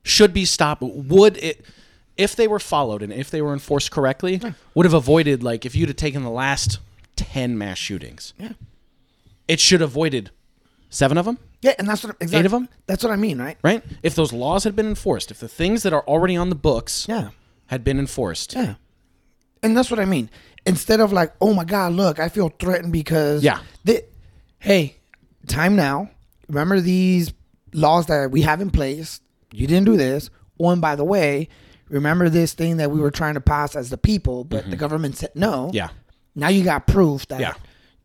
should be stopped. Would it, if they were followed and if they were enforced correctly, would have avoided like if you'd have taken the last ten mass shootings. Yeah. it should have avoided seven of them. yeah and that's what exactly, Eight of 'em? that's what i mean right Right? If those laws had been enforced, if the things that are already on the books yeah had been enforced, yeah and that's what i mean instead of like oh my god look i feel threatened because Yeah. thi- hey time now remember these laws that we have in place you didn't do this oh and by the way remember this thing that we were trying to pass as the people but the government said no Mm-hmm. yeah. now you got proof that Yeah.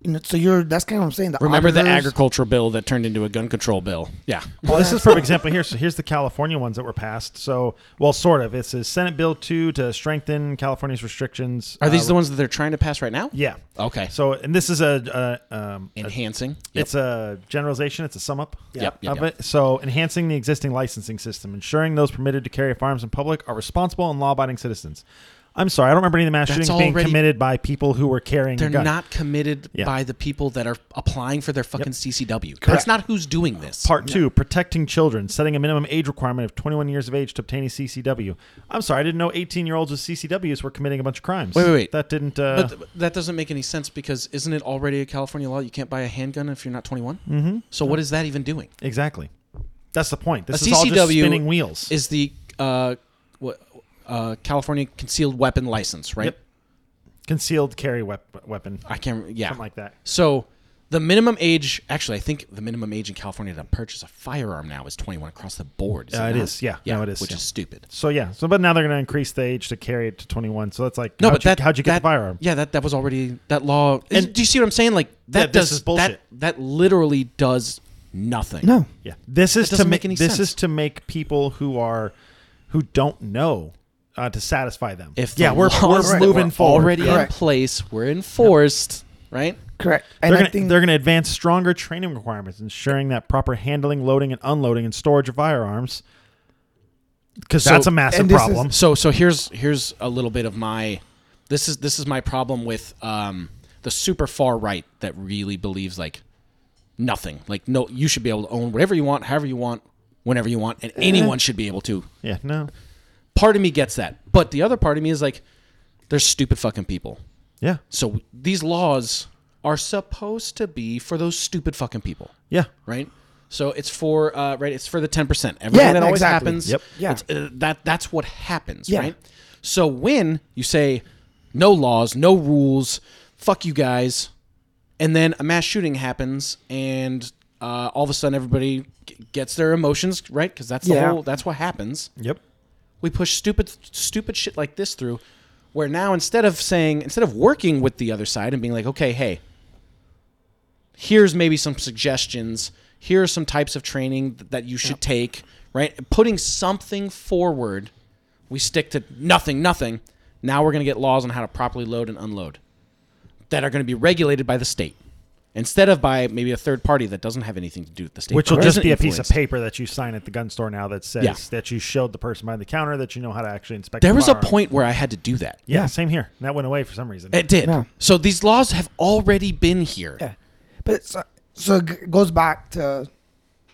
you know, so you're that's kind of what i'm saying the Remember the auditors- agriculture bill that turned into a gun control bill? Yeah. Well, this is for example here. So here's the California ones that were passed. So well, sort of. It's a Senate Bill two to strengthen California's restrictions. Are these uh, the ones that they're trying to pass right now? Yeah. Okay. So and this is a, a um, a Enhancing. It's a generalization. It's a sum up Yep, of yep, yep. it. So, enhancing the existing licensing system, ensuring those permitted to carry firearms in public are responsible and law abiding citizens. I'm sorry, I don't remember any of the mass That's shootings being already- committed by people who were carrying They're a gun. not committed Yeah. by the people that are applying for their fucking CCW. Correct. That's not who's doing this. Part two, protecting children, setting a minimum age requirement of 21 years of age to obtain a CCW. I'm sorry, I didn't know 18 year olds with CCWs were committing a bunch of crimes. Wait, wait, wait. That didn't. Uh, but th- that doesn't make any sense because isn't it already a California law? You can't buy a handgun if you're not 21. Mm-hmm. So what is that even doing? exactly. That's the point. This a is all just CCW spinning wheels. Is the uh, what, uh, California concealed weapon license right? Yep. Concealed carry wep- weapon, I can't. Yeah, something like that. So the minimum age, actually, I think the minimum age in California to purchase a firearm now is 21 across the board. Uh, it not? is, yeah. No, it is, which yeah. is stupid. So yeah, so but now they're going to increase the age to carry it to 21. So that's like, No, how'd, but you, that how'd you get that, the firearm? Yeah, that that was already that law. is- And- do you see what I'm saying? Like that Yeah, this does is bullshit. That that literally does nothing. No. Yeah, this is to doesn't make make any this sense. is to make people who are uh, who don't know uh, to satisfy them. If the yeah, we're, laws we're that moving were forward. already Correct. in place were enforced, right? Correct. And They're I gonna, think they're gonna advance stronger training requirements, ensuring that proper handling, loading, and unloading and storage of firearms. Because that's a massive and this is- problem. So so here's here's a little bit of my this is this is my problem with um, the super far right that really believes like nothing. Like no you should be able to own whatever you want, however you want, whenever you want, and anyone should be able to. yeah, no, Part of me gets that. But the other part of me is like they're stupid fucking people. yeah, So these laws are supposed to be for those stupid fucking people yeah. right? So it's for uh, right. It's for the ten percent. Everything Yeah, that always exactly. happens. Yep. Yeah. it's, uh, that that's what happens. Yeah. Right. So when you say no laws, no rules, fuck you guys, and then a mass shooting happens, and uh, all of a sudden everybody g- gets their emotions right because that's the Yeah. whole. That's what happens. Yep. We push stupid stupid shit like this through, where now instead of saying instead of working with the other side and being like, okay, hey, here's maybe some suggestions here are some types of training th- that you should take right putting something forward we stick to nothing nothing now we're going to get laws on how to properly load and unload that are going to be regulated by the state instead of by maybe a third party that doesn't have anything to do with the state Which will or just isn't be a piece of influenced. paper that you sign at the gun store now that says Yeah. that you showed the person behind the counter that you know how to actually inspect. there the was a firearm. point where i had to do that Yeah, Yeah. same here. And that went away for some reason. it did Yeah. so these laws have already been here Yeah. But it's, uh, so it g- goes back to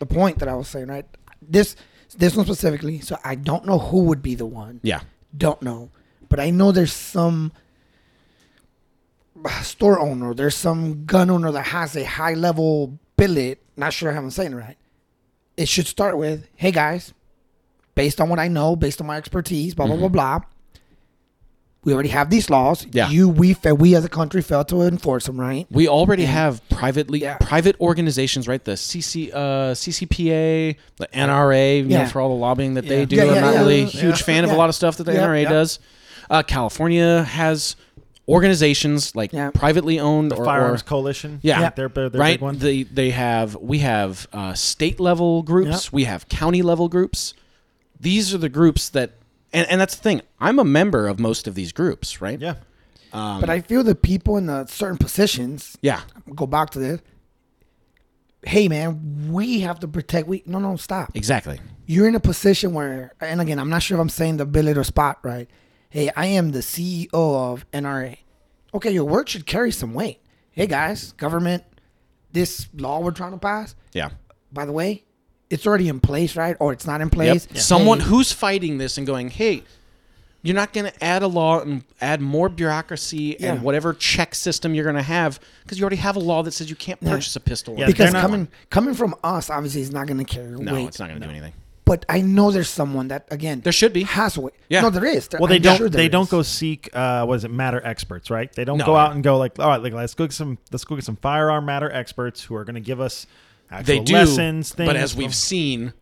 the point that I was saying, right? This this one specifically. So I don't know who would be the one. yeah Don't know, but I know there's some store owner, there's some gun owner that has a high level billet. Not sure if I'm saying it right. It should start with, "Hey guys, based on what I know, based on my expertise, blah blah blah blah." We already have these laws. Mm-hmm. Yeah. You, we, fa- we as a country failed to enforce them, right? We already have privately Yeah. private organizations, right? The CC, uh, CCPA, the NRA, you Yeah. know, for all the lobbying that Yeah. they do. Yeah, I'm yeah, not yeah, really a yeah, huge yeah. fan of Yeah. a lot of stuff that the Yeah, NRA yeah. does. Uh, California has organizations like Yeah. privately owned or, Firearms or Coalition. yeah, they're, they're, they're right. big one. They they have we have uh, state level groups, we have county level groups. These are the groups that, and, and that's the thing. I'm a member of most of these groups, right? yeah. But I feel the people in the certain positions yeah. go back to this. Hey man, we have to protect. We no no stop. Exactly. You're in a position where, and again, I'm not sure if I'm saying the billet or spot right. Hey, I am the CEO of NRA. Okay, your word should carry some weight. Hey guys, government, this law we're trying to pass. Yeah. By the way, it's already in place, right? Or it's not in place. Yep. Someone Hey, who's fighting this and going, hey, you're not going to add a law and add more bureaucracy Yeah. and whatever check system you're going to have because you already have a law that says you can't purchase a pistol. or Yeah, anything. because they're not- coming coming from us, obviously, it's not going to carry no, weight. it's not going to do anything. But I know there's someone that again There should be. has weight. Yeah. No, there is. There- Well, they I'm don't. sure there they don't is. go seek. Uh, what is it? Matter experts, right? They don't No, go yeah. out and go like, all right, like let's go get some. Let's go get some firearm matter experts who are going to give us actual They do, lessons. Things, but as we've seen,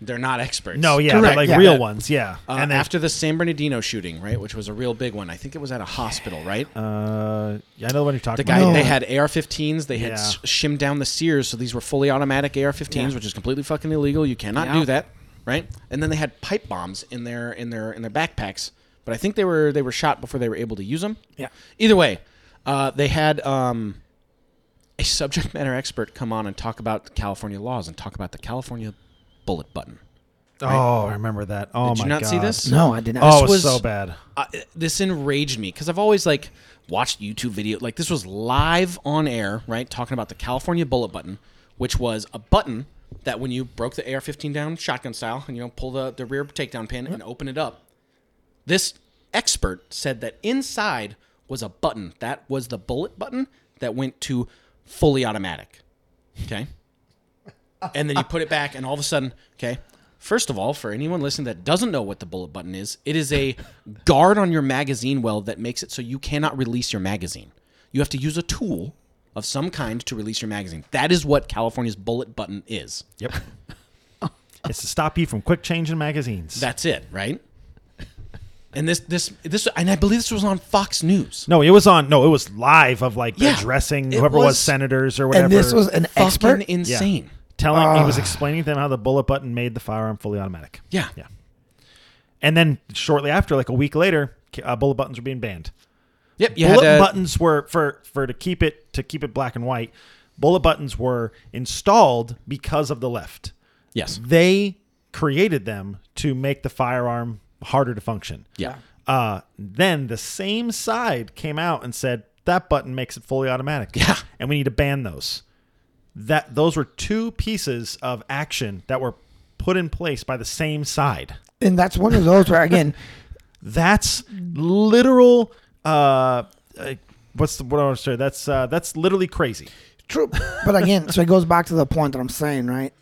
they're not experts. no, yeah, but Correct, like yeah. real Yeah. ones, yeah. Uh, and then, after the San Bernardino shooting, right, which was a real big one, I think it was at a hospital, right? uh, yeah, I know the one you're talking The guy about. they had AR-15s. They had Yeah. s shimmed down the Sears, so these were fully automatic AR-15s, which is completely fucking illegal. You cannot Yeah. do that, right? And then they had pipe bombs in their in their in their backpacks, but I think they were they were shot before they were able to use them. Yeah. Either way, uh, they had um, a subject matter expert come on and talk about the California laws and talk about the California bullet button. Oh, I remember that. Oh Did my you not see God. this? No, I did not. Oh, This it was was- so bad. uh, this enraged me because I've always like watched YouTube video. Like this was live on air, right? Talking about the California bullet button, which was a button that when you broke the AR-15 down shotgun style and you know pull the the rear takedown pin and open it up, this expert said that inside was a button that was the bullet button that went to fully automatic. Okay. And then you put it back, and all of a sudden, okay. First of all, for anyone listening that doesn't know what the bullet button is, it is a guard on your magazine well that makes it so you cannot release your magazine. You have to use a tool of some kind to release your magazine. That is what California's bullet button is. Yep. Oh. it's to stop you from quick changing magazines. That's it, right? And this, this, this, and I believe this was on Fox News. no, it was on. No, it was live of like Yeah, addressing it whoever was, was- senators or whatever. and this was an expert. Fucking insane. telling he was explaining to them how the bullet button made the firearm fully automatic. Yeah. Yeah. And then shortly after, like a week later, ca- uh, bullet buttons were being banned. Yep. You bullet had to, buttons were for for to keep it to keep it black and white. Bullet buttons were installed because of the left. Yes. They created them to make the firearm harder to function. Yeah. Uh, then the same side came out and said that button makes it fully automatic. Yeah. and we need to ban those. That those were two pieces of action that were put in place by the same side. And that's one of those where, again, That's literal. Uh, uh, what's the what I want to say? That's uh, that's literally crazy. True. But again, so it goes back to the point that I'm saying, right?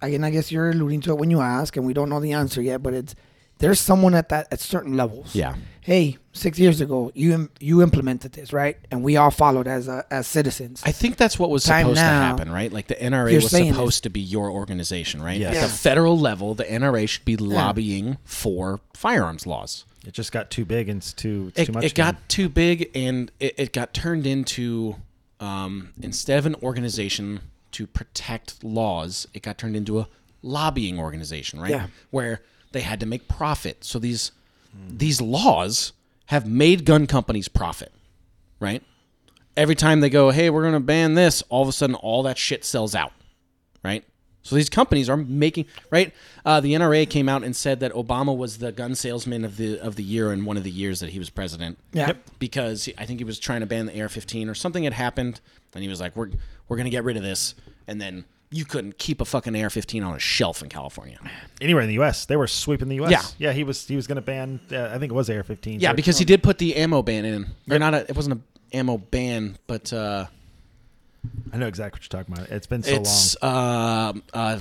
Again, I guess you're alluding to it when you ask, and we don't know the answer yet. But it's there's someone at that at certain levels. Yeah. Hey, six years ago, you im- you implemented this, right? And we all followed as uh, as citizens. I think that's what was Time supposed to now. happen, right? Like the NRA You're was saying supposed to be your organization, right? At Yeah. the federal level, the NRA should be lobbying for firearms laws. It just got too big and it's too it's It, too much. it now. got too big, and it, it got turned into um, instead of an organization to protect laws, it got turned into a lobbying organization, right? Yeah. Where they had to make profit, so these these laws have made gun companies profit, right? every time they go, hey, we're going to ban this, all of a sudden all that shit sells out, right? So these companies are making right. Uh, the NRA came out and said that Obama was the gun salesman of the of the year in one of the years that he was president. Yeah. Yep. because he, I think he was trying to ban the AR-15 or something had happened, and he was like, "We're we're gonna get rid of this," and then you couldn't keep a fucking AR-15 on a shelf in California. anywhere in the U.S. They were sweeping the U.S. Yeah. yeah. He was he was going to ban. Uh, I think it was AR-15. Yeah, or- because he did put the ammo ban in. Or not a, it wasn't a ammo ban, but uh, I know exactly what you're talking about. It's been so long. it's uh, uh,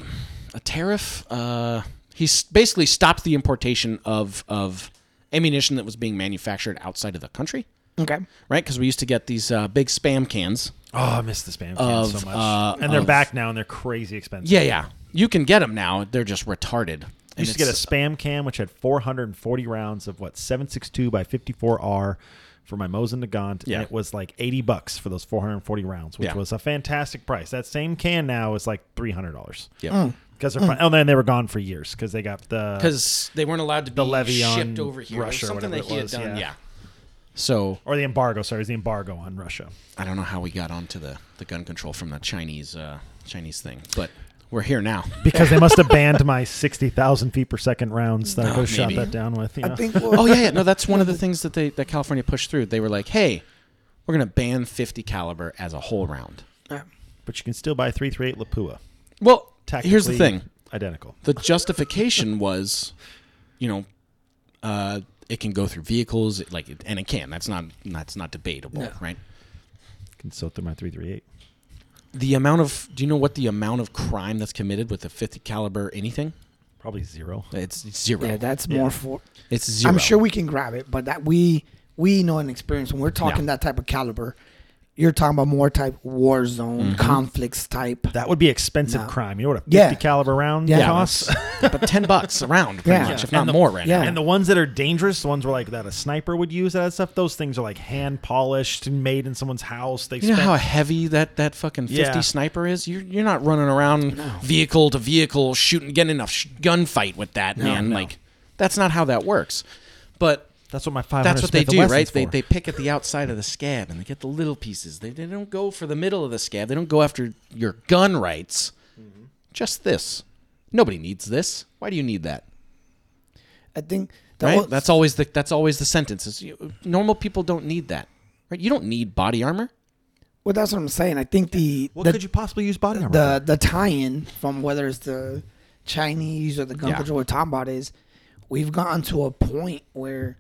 a tariff. Uh, he s- basically stopped the importation of of ammunition that was being manufactured outside of the country, okay. right? Because we used to get these uh, big spam cans. Oh, I miss the spam cans of, so much. uh, and they're of- back now, and they're crazy expensive. Yeah, yeah. You can get them now. They're just retarded. You And used to get a it's- uh, spam can which had 440 rounds of what 762 by 54R for my Mosin Nagant, Yeah. and it was like 80 bucks for those 440 rounds, which Yeah. was a fantastic price. That same can now is like 300 dollars Yep. because they're fun- oh, then they were gone for years because they got the because they weren't allowed to be levy on shipped over here. There was Russia or something whatever it that he had was, done. yeah. Yeah. So or the embargo. Sorry, it was the embargo on Russia. I don't know how we got onto the, the gun control from the Chinese uh, Chinese thing, but we're here now. because they must have banned my 60,000 feet per second rounds that I Oh, could have shot maybe. that down with. You know? I think. oh yeah, yeah. No, that's one of the things that they that California pushed through. They were like, "Hey, we're gonna ban 50 caliber as a whole round." yeah. but you can still buy 338 Lapua. Well, Tactically here's the thing: Identical. the justification was, you know, uh, it can go through vehicles, it- like, and it can. That's not that's not debatable, No. right? You can still through my 338. The amount of do you know what the amount of crime that's committed with a 50 caliber anything? Probably zero. It's zero. Yeah, that's more for. it's zero. I'm sure we can grab it, but that we we know an experience when we're talking Yeah. that type of caliber. You're talking about more type war zone Mm-hmm. conflicts type. That would be expensive No. crime. You know what a 50 Yeah. caliber round Yeah. costs? but 10 bucks a round, pretty Yeah. much, if Yeah. not And the- more, right yeah. now. and the ones that are dangerous, the ones where like that a sniper would use that stuff, those things are like hand polished and made in someone's house. They You know spent- how heavy that, that fucking 50 Yeah. sniper is? You're, you're not running around vehicle to vehicle shooting, getting in a sh- gunfight with that, man. Like, that's not how that works. But that's what my 500 that's what they Smith and do, Wessons right? They, for. they pick at the outside of the scab and they get the little pieces. They, they don't go for the middle of the scab, they don't go after your gun rights. Just this. Nobody needs this. Why do you need that? I think that Right? was- that's always the that's always the sentence. It's, you, normal people don't need that. Right? You don't need body armor. Well, that's what I'm saying. I think the What the, could you possibly use body armor? the for? the tie-in from whether it's the Chinese or the gun Yeah. control we're talking about is we've gotten to a point where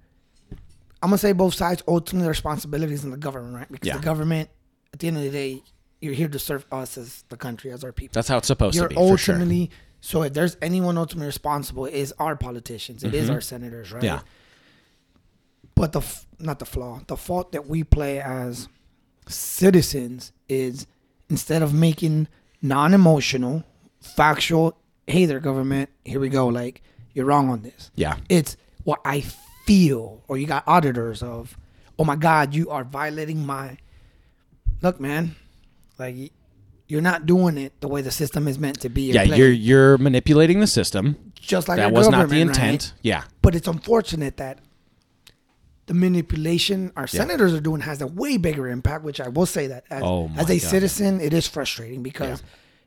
I'm gonna say both sides ultimately responsibilities in the government, right? Because Yeah. the government, at the end of the day, you're here to serve us as the country, as our people. That's how it's supposed you're to be. For sure. ultimately so if there's anyone ultimately responsible, it is our politicians, it is our senators, right? Mm-hmm. Yeah. But the f- not the flaw, the fault that we play as citizens is instead of making non-emotional, factual, hey there government, here we go, like you're wrong on this. Yeah. It's what I feel, or you got auditors of, oh my God, you are violating my. Look, man, like y- you're not doing it the way the system is meant to be. Yeah, played. you're you're manipulating the system. just like that our was not the government, right? intent. Yeah. But it's unfortunate that the manipulation our senators are doing has a way bigger impact, which I will say that as, Oh my as a God. citizen, it is frustrating because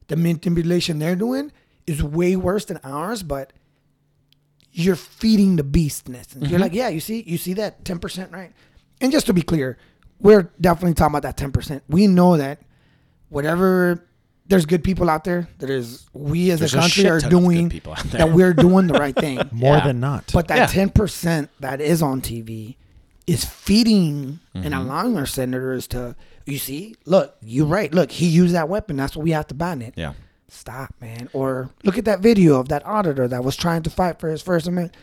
the manipulation they're doing is way worse than ours, but you're feeding the beast in essence. Mm-hmm. You're like, yeah, you see, you see that 10%, right? And just to be clear, we're definitely talking about that 10%. We know that whatever there's good people out there, that is we as There's a a country shit are ton of good doing people out there. that we're doing the right thing. More Yeah. than not. But Yeah. that ten percent that is on TV is feeding Mm-hmm. and allowing our senators to. You see, look, you're right. Look, he used that weapon. That's what we have to ban it. Yeah. Stop, man. Or look at that video of that auditor that was trying to fight for his First Amendment.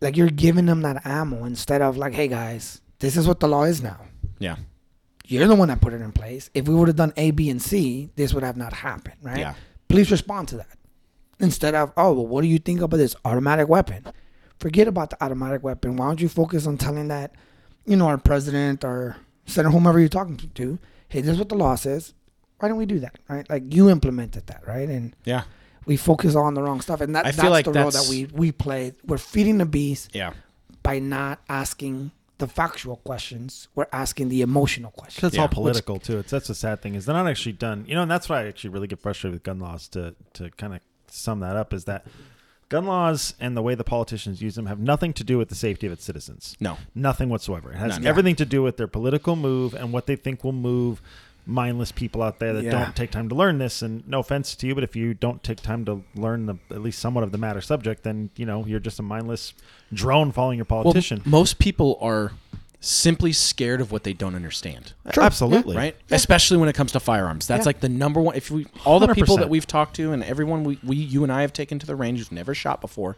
Like you're giving them that ammo instead of like, hey guys, this is what the law is now. Yeah. You're the one that put it in place. If we would have done A, B, and C, this would have not happened, right? Yeah. Please respond to that. Instead of, oh, well, what do you think about this automatic weapon? Forget about the automatic weapon. Why don't you focus on telling that, you know, our president or senator, whomever you're talking to, hey, this is what the law says. Why don't we do that, right? Like you implemented that, right? And Yeah. we focus on the wrong stuff, and that, I that's feel like the role that's- that we we play. We're feeding the beast Yeah. by not asking the factual questions. We're asking the emotional questions. It's Yeah. all political too. It's that's the sad thing is they're not actually done. You know, and that's why I actually really get frustrated with gun laws. To to kind of sum that up is that gun laws and the way the politicians use them have nothing to do with the safety of its citizens. No. nothing whatsoever. It has None. everything to do with their political move and what they think will move mindless people out there that Yeah. don't take time to learn this. And no offense to you, but if you don't take time to learn the at least somewhat of the matter subject, then you know you're just a mindless drone following your politician. Well, most people are simply scared of what they don't understand. Absolutely. Right? Especially when it comes to firearms. That's Yeah. like the number one if we all the people 100%. that we've talked to and everyone we, we you and I have taken to the range who's never shot before,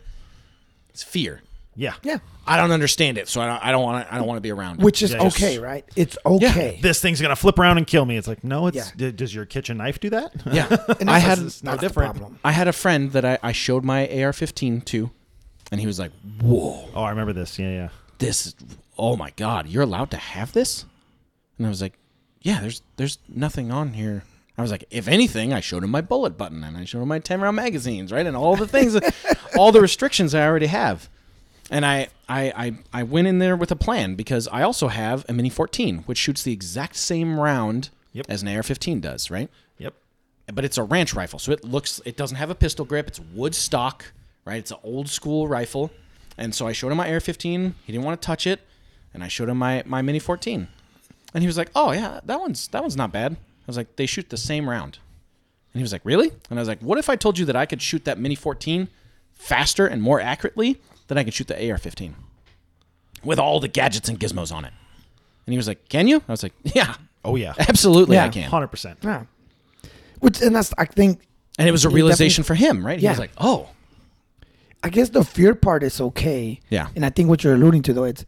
it's fear. Yeah. Yeah. I don't understand it, so I don't I don't want to I don't want to be around it. Which is Yeah, just- okay, right? It's okay. this thing's gonna flip around and kill me. It's like, no, it's Yeah. d- does your kitchen knife do that? Yeah. And I that's- had that's no the different. problem. I had a friend that I, I showed my AR-15 to, and he was like, "Whoa, oh, I remember this. Yeah, yeah. this is oh my god, you're allowed to have this?" And I was like, "Yeah, there's there's nothing on here." I was like, "If anything, I showed him my bullet button and I showed him my 10 round magazines, right, and all the things, all the restrictions I already have." And I, I, I, I went in there with a plan because I also have a Mini 14, which shoots the exact same round Yep. as an AR 15 does, right? Yep. but it's a ranch rifle. So it looks, it doesn't have a pistol grip. It's wood stock, right? It's an old school rifle. And so I showed him my Air 15. He didn't want to touch it. And I showed him my, my Mini 14. And he was like, oh, yeah, that one's, that one's not bad. I was like, they shoot the same round. And he was like, really? And I was like, what if I told you that I could shoot that Mini 14 faster and more accurately than I could shoot the AR 15 with all the gadgets and gizmos on it? And he was like, can you? I was like, yeah, Oh yeah. absolutely I Yeah. can. Hundred percent. Yeah. Which and that's I think And it was a definitely- realization for him, right? He was Yeah. like, oh, I guess the fear part is okay. Yeah. And I think what you're alluding to though it's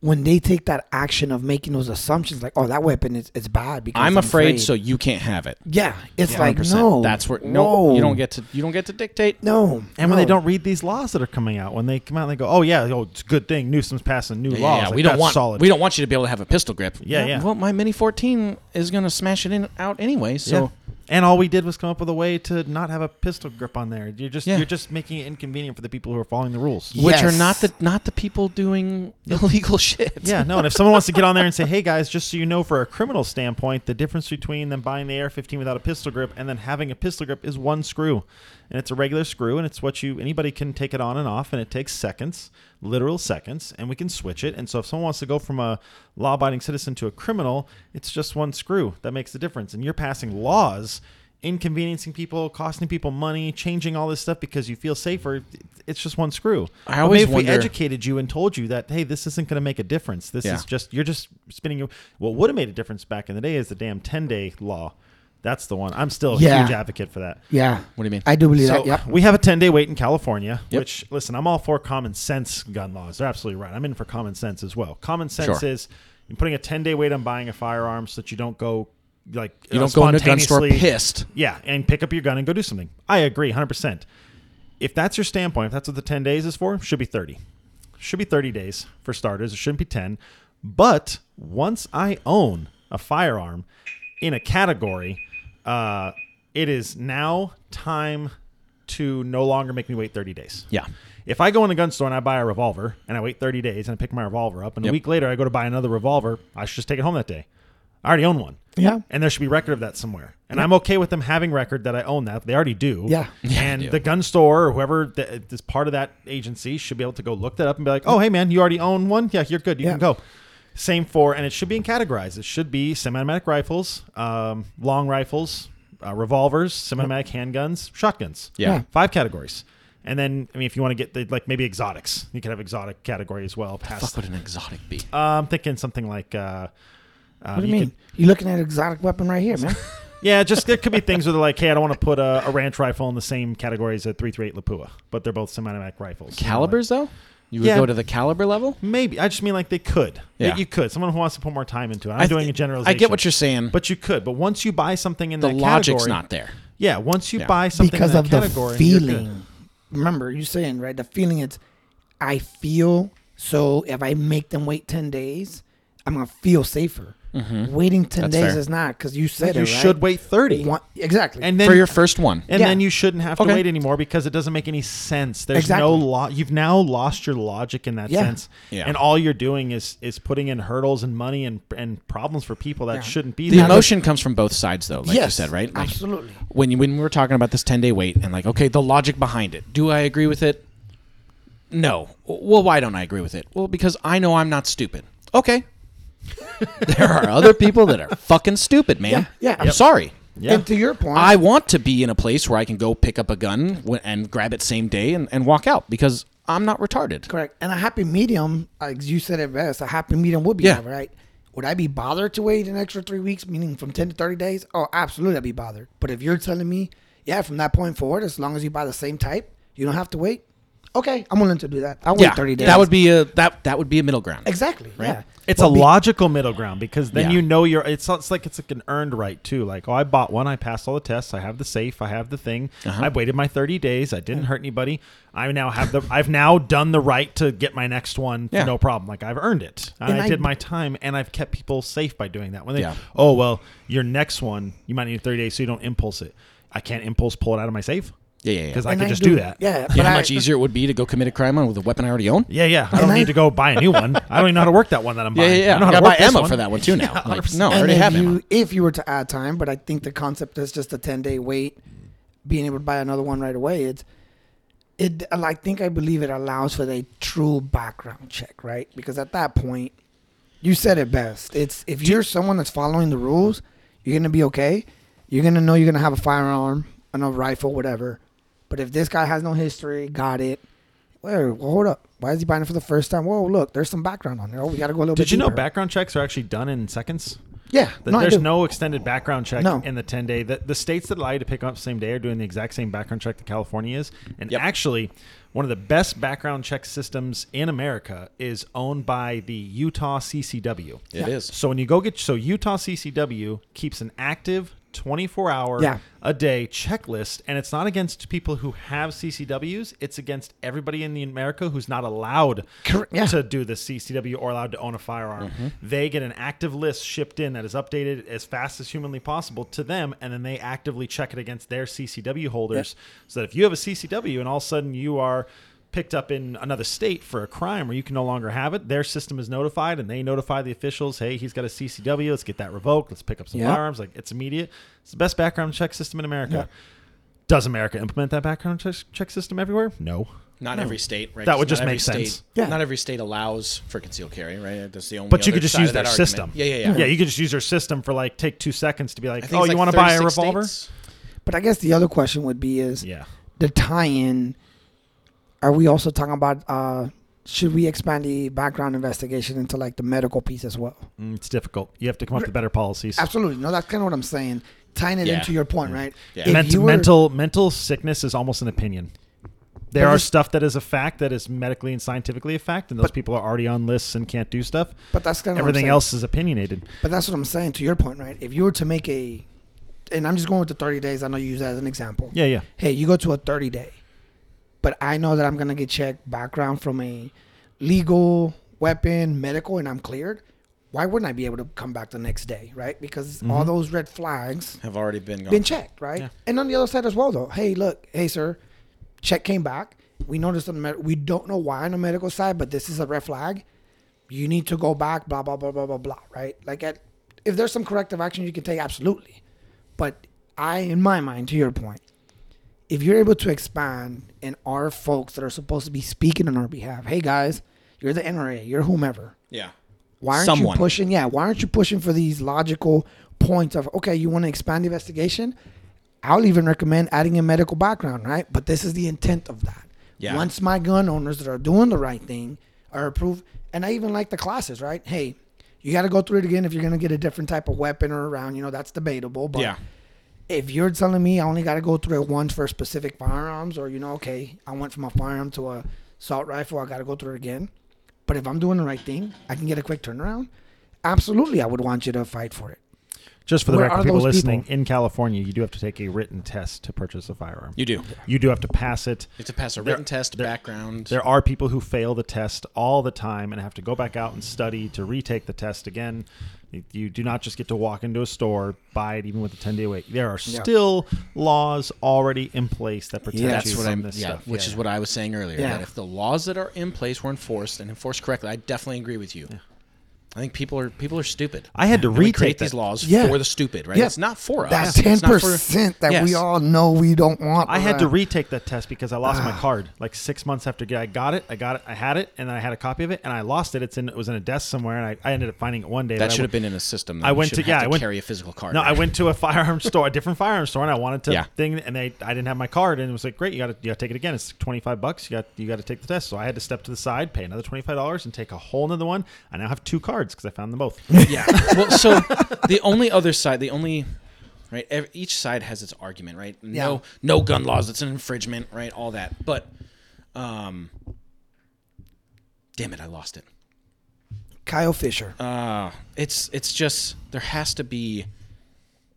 when they take that action of making those assumptions like oh that weapon is it's bad because I'm afraid, so you can't have it. yeah it's like 100%. no that's where no, whoa, you don't get to you don't get to dictate. no And when they no. don't read these laws that are coming out, when they come out, and they go, "Oh yeah, oh, it's a good thing Newsom's passing new Yeah, laws. yeah, Like, we don't that's want solid. we don't want you to be able to have a pistol grip. Yeah, yeah. Well, my Mini 14 is gonna smash it in out anyway. So Yeah. And all we did was come up with a way to not have a pistol grip on there. You're just Yeah. you're just making it inconvenient for the people who are following the rules. which are Yes. not the not the people doing illegal shit. Yeah, no. And if someone wants to get on there and say, "Hey guys, just so you know, for a criminal standpoint, the difference between them buying the AR-15 without a pistol grip and then having a pistol grip is one screw, and it's a regular screw, and it's what you anybody can take it on and off, and it takes seconds, literal seconds, and we can switch it. And so if someone wants to go from a law-abiding citizen to a criminal, it's just one screw that makes the difference, and you're passing laws. Inconveniencing people, costing people money, changing all this stuff because you feel safer. It's just one screw. I But always maybe if we wonder- educated you and told you that hey, this isn't going to make a difference. This Yeah. is just you're just spinning your what would have made a difference back in the day is the damn 10 day law that's the one i'm still a Yeah. huge advocate for that Yeah. What do you mean? I do believe so that. Yep. we have a 10 day wait in california Yep. which listen i'm all for common sense gun laws they're absolutely right i'm in for common sense as well common sense Sure. is you're putting a 10 day wait on buying a firearm so that you don't go like You don't go into a gun store spontaneously- pissed. yeah, and pick up your gun and go do something. I agree 100%. If that's your standpoint, if that's what the 10 days is for, should be 30. Should be 30 days for starters. It shouldn't be 10. But once I own a firearm in a category, uh, it is now time to no longer make me wait 30 days. Yeah. If I go in a gun store and I buy a revolver and I wait 30 days and I pick my revolver up and a Yep. week later I go to buy another revolver, I should just take it home that day. I already own one Yeah. and there should be record of that somewhere. And I'm okay with them having record that I own that. They already do. Yeah. And the gun store or whoever th- is part of that agency should be able to go look that up and be like, oh, hey, man, you already own one? Yeah, you're good. You Yeah. can go. Same for, and it should be in categorized. It should be semi automatic rifles, um, long rifles, uh, revolvers, semi automatic handguns, shotguns. Yeah. Yeah. Five categories. And then, I mean, if you want to get the, like maybe exotics, you could have exotic category as well. Fuck Past, would an exotic be? uh, I'm thinking something like, uh, uh, What do you mean? could- You're looking at an exotic weapon right here, man. yeah, just there could be things where they're like, hey, I don't want to put a, a ranch rifle in the same category as a 338 Lapua, but they're both semi-automatic rifles. You know, Calibers though? You would Yeah. go to the caliber level? like- maybe. I just mean like they could. Yeah. Yeah. you could. Someone who wants to put more time into it. I'm I th- doing a generalization. I get what you're saying. But you could. But once you buy something in the that logic's category- not there. Yeah, once you Yeah. buy something because in of that the category, you're good. feeling. Remember, you saying right? The feeling it's, I feel so. If I make them wait ten days, I'm gonna feel safer. Waiting ten That's days fair. is not because you said You it, right? should wait 30. One- exactly. And then For your first one. and Yeah. then you shouldn't have Okay. to wait anymore because it doesn't make any sense. There's Exactly. no law. You've now lost your logic in that Yeah. sense, Yeah. and all you're doing is is putting in hurdles and money and and problems for people that shouldn't be The there. emotion comes from both sides though, like you Yes, said, right? Like, absolutely. When you, when we were talking about this 10-day wait and like, okay, the logic behind it. Do I agree with it? No. Well, why don't I agree with it? Well, because I know I'm not stupid. Okay. there are other people that are fucking stupid, man. Yeah, yeah. I'm Yep. sorry. Yeah. And to your point, I want to be in a place where I can go pick up a gun wh- and grab it same day and, and walk out because I'm not retarded. correct. And a happy medium, like you said it best, a happy medium would be Yeah. all right. Would I be bothered to wait an extra three weeks, meaning from ten to thirty days? Oh, absolutely, I'd be bothered. But if you're telling me, yeah, from that point forward, as long as you buy the same type, you don't have to wait. Okay, I'm willing to do that. I'll wait Yeah, thirty days. that would be a that that would be a middle ground. Exactly. Yeah. It's Well, a be- logical middle ground because then Yeah. you know you're. It's it's like it's like an earned right too. Like oh, I bought one, I passed all the tests, I have the safe, I have the thing. Uh-huh. I waited my thirty days. I didn't hurt anybody. I now have the. I've now done the right to get my next one. Yeah. No problem. Like I've earned it. And And I, I- did my time, and I've kept people safe by doing that. When they Yeah. oh well, your next one you might need thirty days, so you don't impulse it. I can't impulse pull it out of my safe. Yeah, yeah, yeah. Because I And could I just do- do that. yeah, You but know how I- much easier it would be to go commit a crime on with a weapon I already own? Yeah, yeah. I don't And I- need to go buy a new one. I don't even know how to work that one that I'm yeah, buying. yeah. I know how to I gotta work buy this ammo one. for that one too now. Like, Oh, no, I And already if have you, ammo. If you were to add time, but I think the concept is just a ten day wait, being able to buy another one right away. It's it. I think I believe it allows for a true background check, right? Because at that point, you said it best. It's if you're someone that's following the rules, you're gonna be okay. You're gonna know you're gonna have a firearm, a rifle, whatever. But if this guy has no history, got it. Wait, well, hold up. Why is he buying it for the first time? Whoa, look, there's some background on there. Oh, we gotta go a little bit. Did you know deeper. background checks are actually done in seconds? Yeah, That no, I there's do. no extended background check No. in the 10 day. The, the states that allow you to pick up same day are doing the exact same background check that California is. And Yep. actually, one of the best background check systems in America is owned by the Utah CCW. It is. So when you go get so Utah CCW keeps an active 24 hour Yeah. a day checklist, and it's not against people who have CCWs. It's against everybody in the America who's not allowed Correct, yeah. to do the CCW or allowed to own a firearm. They get an active list shipped in that is updated as fast as humanly possible to them, and then they actively check it against their CCW holders. So that if you have a CCW and all of a sudden you are picked up in another state for a crime where you can no longer have it, their system is notified and they notify the officials, hey, he's got a CCW, let's get that revoked, let's pick up some Yeah. firearms. Like it's immediate. It's the best background check system in America. Does America implement that background check, check system everywhere? No. Not every state, right? That would 'Cause just not every make state- sense. Yeah. Not every state allows for concealed carry, right? That's the only. But you other could just side use of that their argument. system. Yeah, yeah, yeah. Yeah, you could just use their system for like take two seconds to be I like, think oh, it's you like want to buy a 36 revolver? states. But I guess the other question would be is Yeah. the tie-in. Are we also talking about uh, should we expand the background investigation into like the medical piece as well? Mm, it's difficult. You have to come up with better policies. Absolutely. No, that's kind of what I'm saying. Tying it Yeah. into your Mm. point, right? Yeah. If Ment- you were- mental mental sickness is almost an opinion. There But are this- stuff that is a fact that is medically and scientifically a fact, and those But- people are already on lists and can't do stuff. But that's kind of Everything else is opinionated. But that's what I'm saying to your point, right? If you were to make a, and I'm just going with the 30 days. I know you use that as an example. Yeah, yeah. Hey, you go to a 30 day, but I know that I'm gonna get checked background from a legal weapon, medical, and I'm cleared. Why wouldn't I be able to come back the next day, right? Because all those red flags Have already been gone. been checked, right? And on the other side as well, though. Hey, look, hey, sir, check came back. We noticed on the med- we don't know why on the medical side, but this is a red flag. You need to go back. Blah blah blah blah blah blah. Right? Like, at, if there's some corrective action you can take, absolutely. But I, in my mind, to your point, if you're able to expand and our folks that are supposed to be speaking on our behalf, hey guys, you're the NRA, you're whomever yeah. why aren't Someone. you pushing yeah why aren't you pushing for these logical points of okay you want to expand the investigation i'll even recommend adding a medical background right but this is the intent of that Yeah. once my gun owners that are doing the right thing are approved and i even like the classes right hey you got to go through it again if you're going to get a different type of weapon or around you know that's debatable but Yeah. if you're telling me I only got to go through it once for specific firearms, or you know, okay, I went from a firearm to a assault rifle, I got to go through it again. But if I'm doing the right thing, I can get a quick turnaround. Absolutely, I would want you to fight for it. Just for the Where record, are people those listening people? in California, you do have to take a written test to purchase a firearm. You do. You You do have to pass it. have to pass a There- written test, there- background. There are people who fail the test all the time and have to go back out and study to retake the test again. You- You do not just get to walk into a store, buy it, even with a 10 day wait. There are still laws already in place that protect Yeah, you that's what from I'm. this yeah, stuff. which is what I was saying earlier. Yeah. That if the laws that are in place were enforced and enforced correctly, I definitely agree with you. I think people are people are stupid. I had to And we retake create that- these laws Yeah. for the stupid, right? Yeah. It's not for us. That ten It's not for- percent that we Yes. all know we don't want. uh, I had to read. retake that test because I lost my card like six months after I got it. I got it. I had it, and then I had a copy of it, and I lost it. It's in it was in a desk somewhere, and I, I ended up finding it one day. but I That should went- have been in a system. That I you went to shouldn't yeah. have I went carry a physical card. No, right? I went to a firearm store, a different firearm store, and I wanted to Yeah. thing, and they I didn't have my card, and it was like, great, you got to you got to take it again. It's twenty five bucks. You got you got to take the test. So I had to step to the side, pay another twenty five dollars, and take a whole another one. I now have two cards because I found them both. Yeah. well, so the only other side, the only right, ev- each side has its argument, right? No, Yeah. no gun laws. It's an infringement, right? All that, but um, damn it, I lost it. Kyle Fisher. Uh, it's it's just there has to be,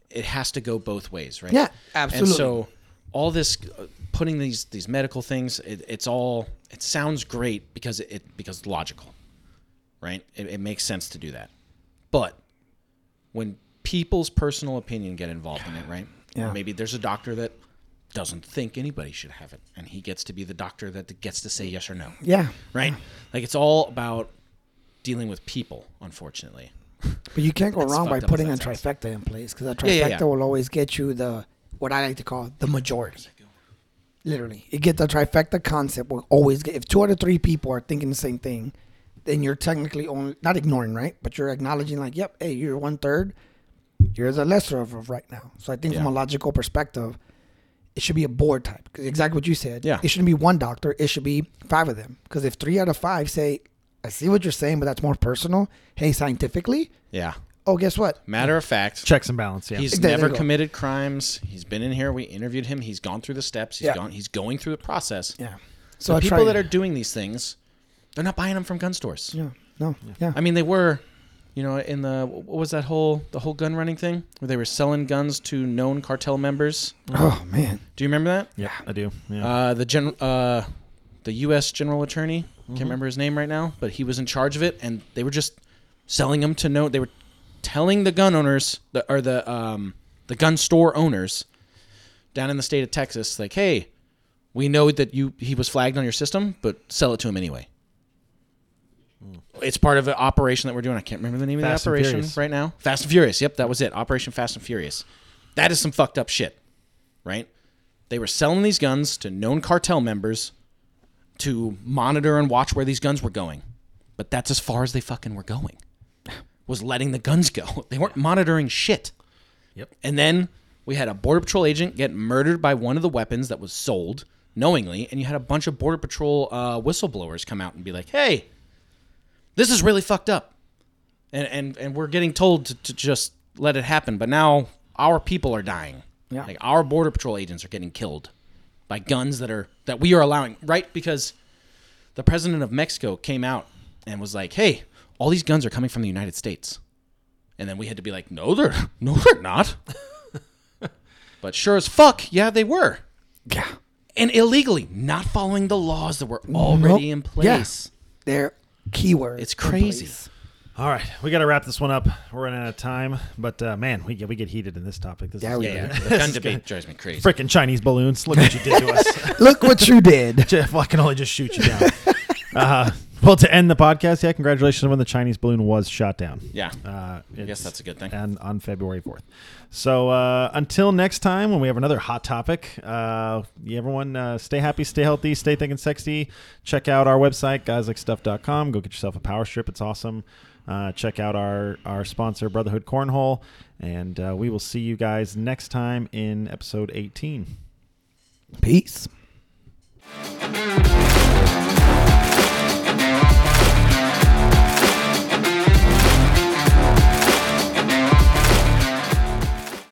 it has to go both ways, right? Yeah, absolutely. And so all this uh, putting these these medical things, it, it's all it sounds great because it, it because it's logical, right? It, it makes sense to do that, but when people's personal opinion get involved in it, right? Yeah. Maybe there's a doctor that doesn't think anybody should have it, and he gets to be the doctor that gets to say yes or no yeah, right? Like it's all about dealing with people, unfortunately. but you can't go That's wrong by fucked up as putting a that sounds. trifecta in place because a trifecta Yeah, yeah, yeah. will always get you the what I like to call the majority. Literally, you get the trifecta concept. Will always get if two out of three people are thinking the same thing, then you're technically only not ignoring, right? But you're acknowledging, like, yep, hey, you're one third, you're the lesser of, of right now. So I think from a logical perspective, it should be a board type. 'Cause exactly what you said. Yeah. it shouldn't be one doctor. It should be five of them. Because if three out of five say, I see what you're saying, but that's more personal. Hey, scientifically, Yeah. oh, guess what? Matter of fact, Checks and balance. Yeah, he's There you never go. committed crimes. He's been in here. We interviewed him. He's gone through the steps. He's Yeah. gone. He's going through the process. Yeah. So So I people try- that are doing these things, they're not buying them from gun stores. yeah, no, yeah, I mean, they were you know, in the what was that whole the whole gun running thing where they were selling guns to known cartel members? Oh man, Do you remember that? Yeah, I do. Yeah. Uh, the gen- uh, the U.S. general attorney can't remember his name right now, but he was in charge of it, and they were just selling them to know. They were telling the gun owners the, or the um, the gun store owners down in the state of Texas, like, hey, we know that you he was flagged on your system, but sell it to him anyway. It's part of an operation that we're doing. I can't remember the name Fast of and the operation Furious. right now. Fast and Furious. Yep, that was it. Operation Fast and Furious. That is some fucked up shit, right? They were selling these guns to known cartel members to monitor and watch where these guns were going. But that's as far as they fucking were going. Was letting the guns go. They weren't monitoring shit. Yep. And then we had a border patrol agent get murdered by one of the weapons that was sold knowingly, and you had a bunch of border patrol uh, whistleblowers come out and be like, "Hey, this is really fucked up," and and and we're getting told to, to just let it happen. But now our people are dying. Yeah. Like our border patrol agents are getting killed by guns that are that we are allowing, right? Because the president of Mexico came out and was like, "Hey, all these guns are coming from the United States." And then we had to be like, "No, they're no, they're not." but sure as fuck, yeah, they were. yeah, And illegally, not following the laws that were already in Nope. place. they're keywords. It's in crazy. place. All right, we got to wrap this one up. We're running out of time, but uh, man, we get we get heated in this topic. This Yeah, is we Yeah, do. yeah. The gun debate drives me crazy. freaking Chinese balloons. Look what you did to us. Look what you did. Jeff, well, I can only just shoot you down. Uh, well, to end the podcast, yeah, congratulations on when the Chinese balloon was shot down. Yeah. Uh, I guess that's a good thing. And on February 4th. So uh, until next time, when we have another hot topic, uh, yeah, everyone uh, stay happy, stay healthy, stay thinking sexy. Check out our website, guyslikesteff.com. Go get yourself a power strip. It's awesome. Uh, check out our, our sponsor, Brotherhood Cornhole. And uh, we will see you guys next time in episode 18. Peace.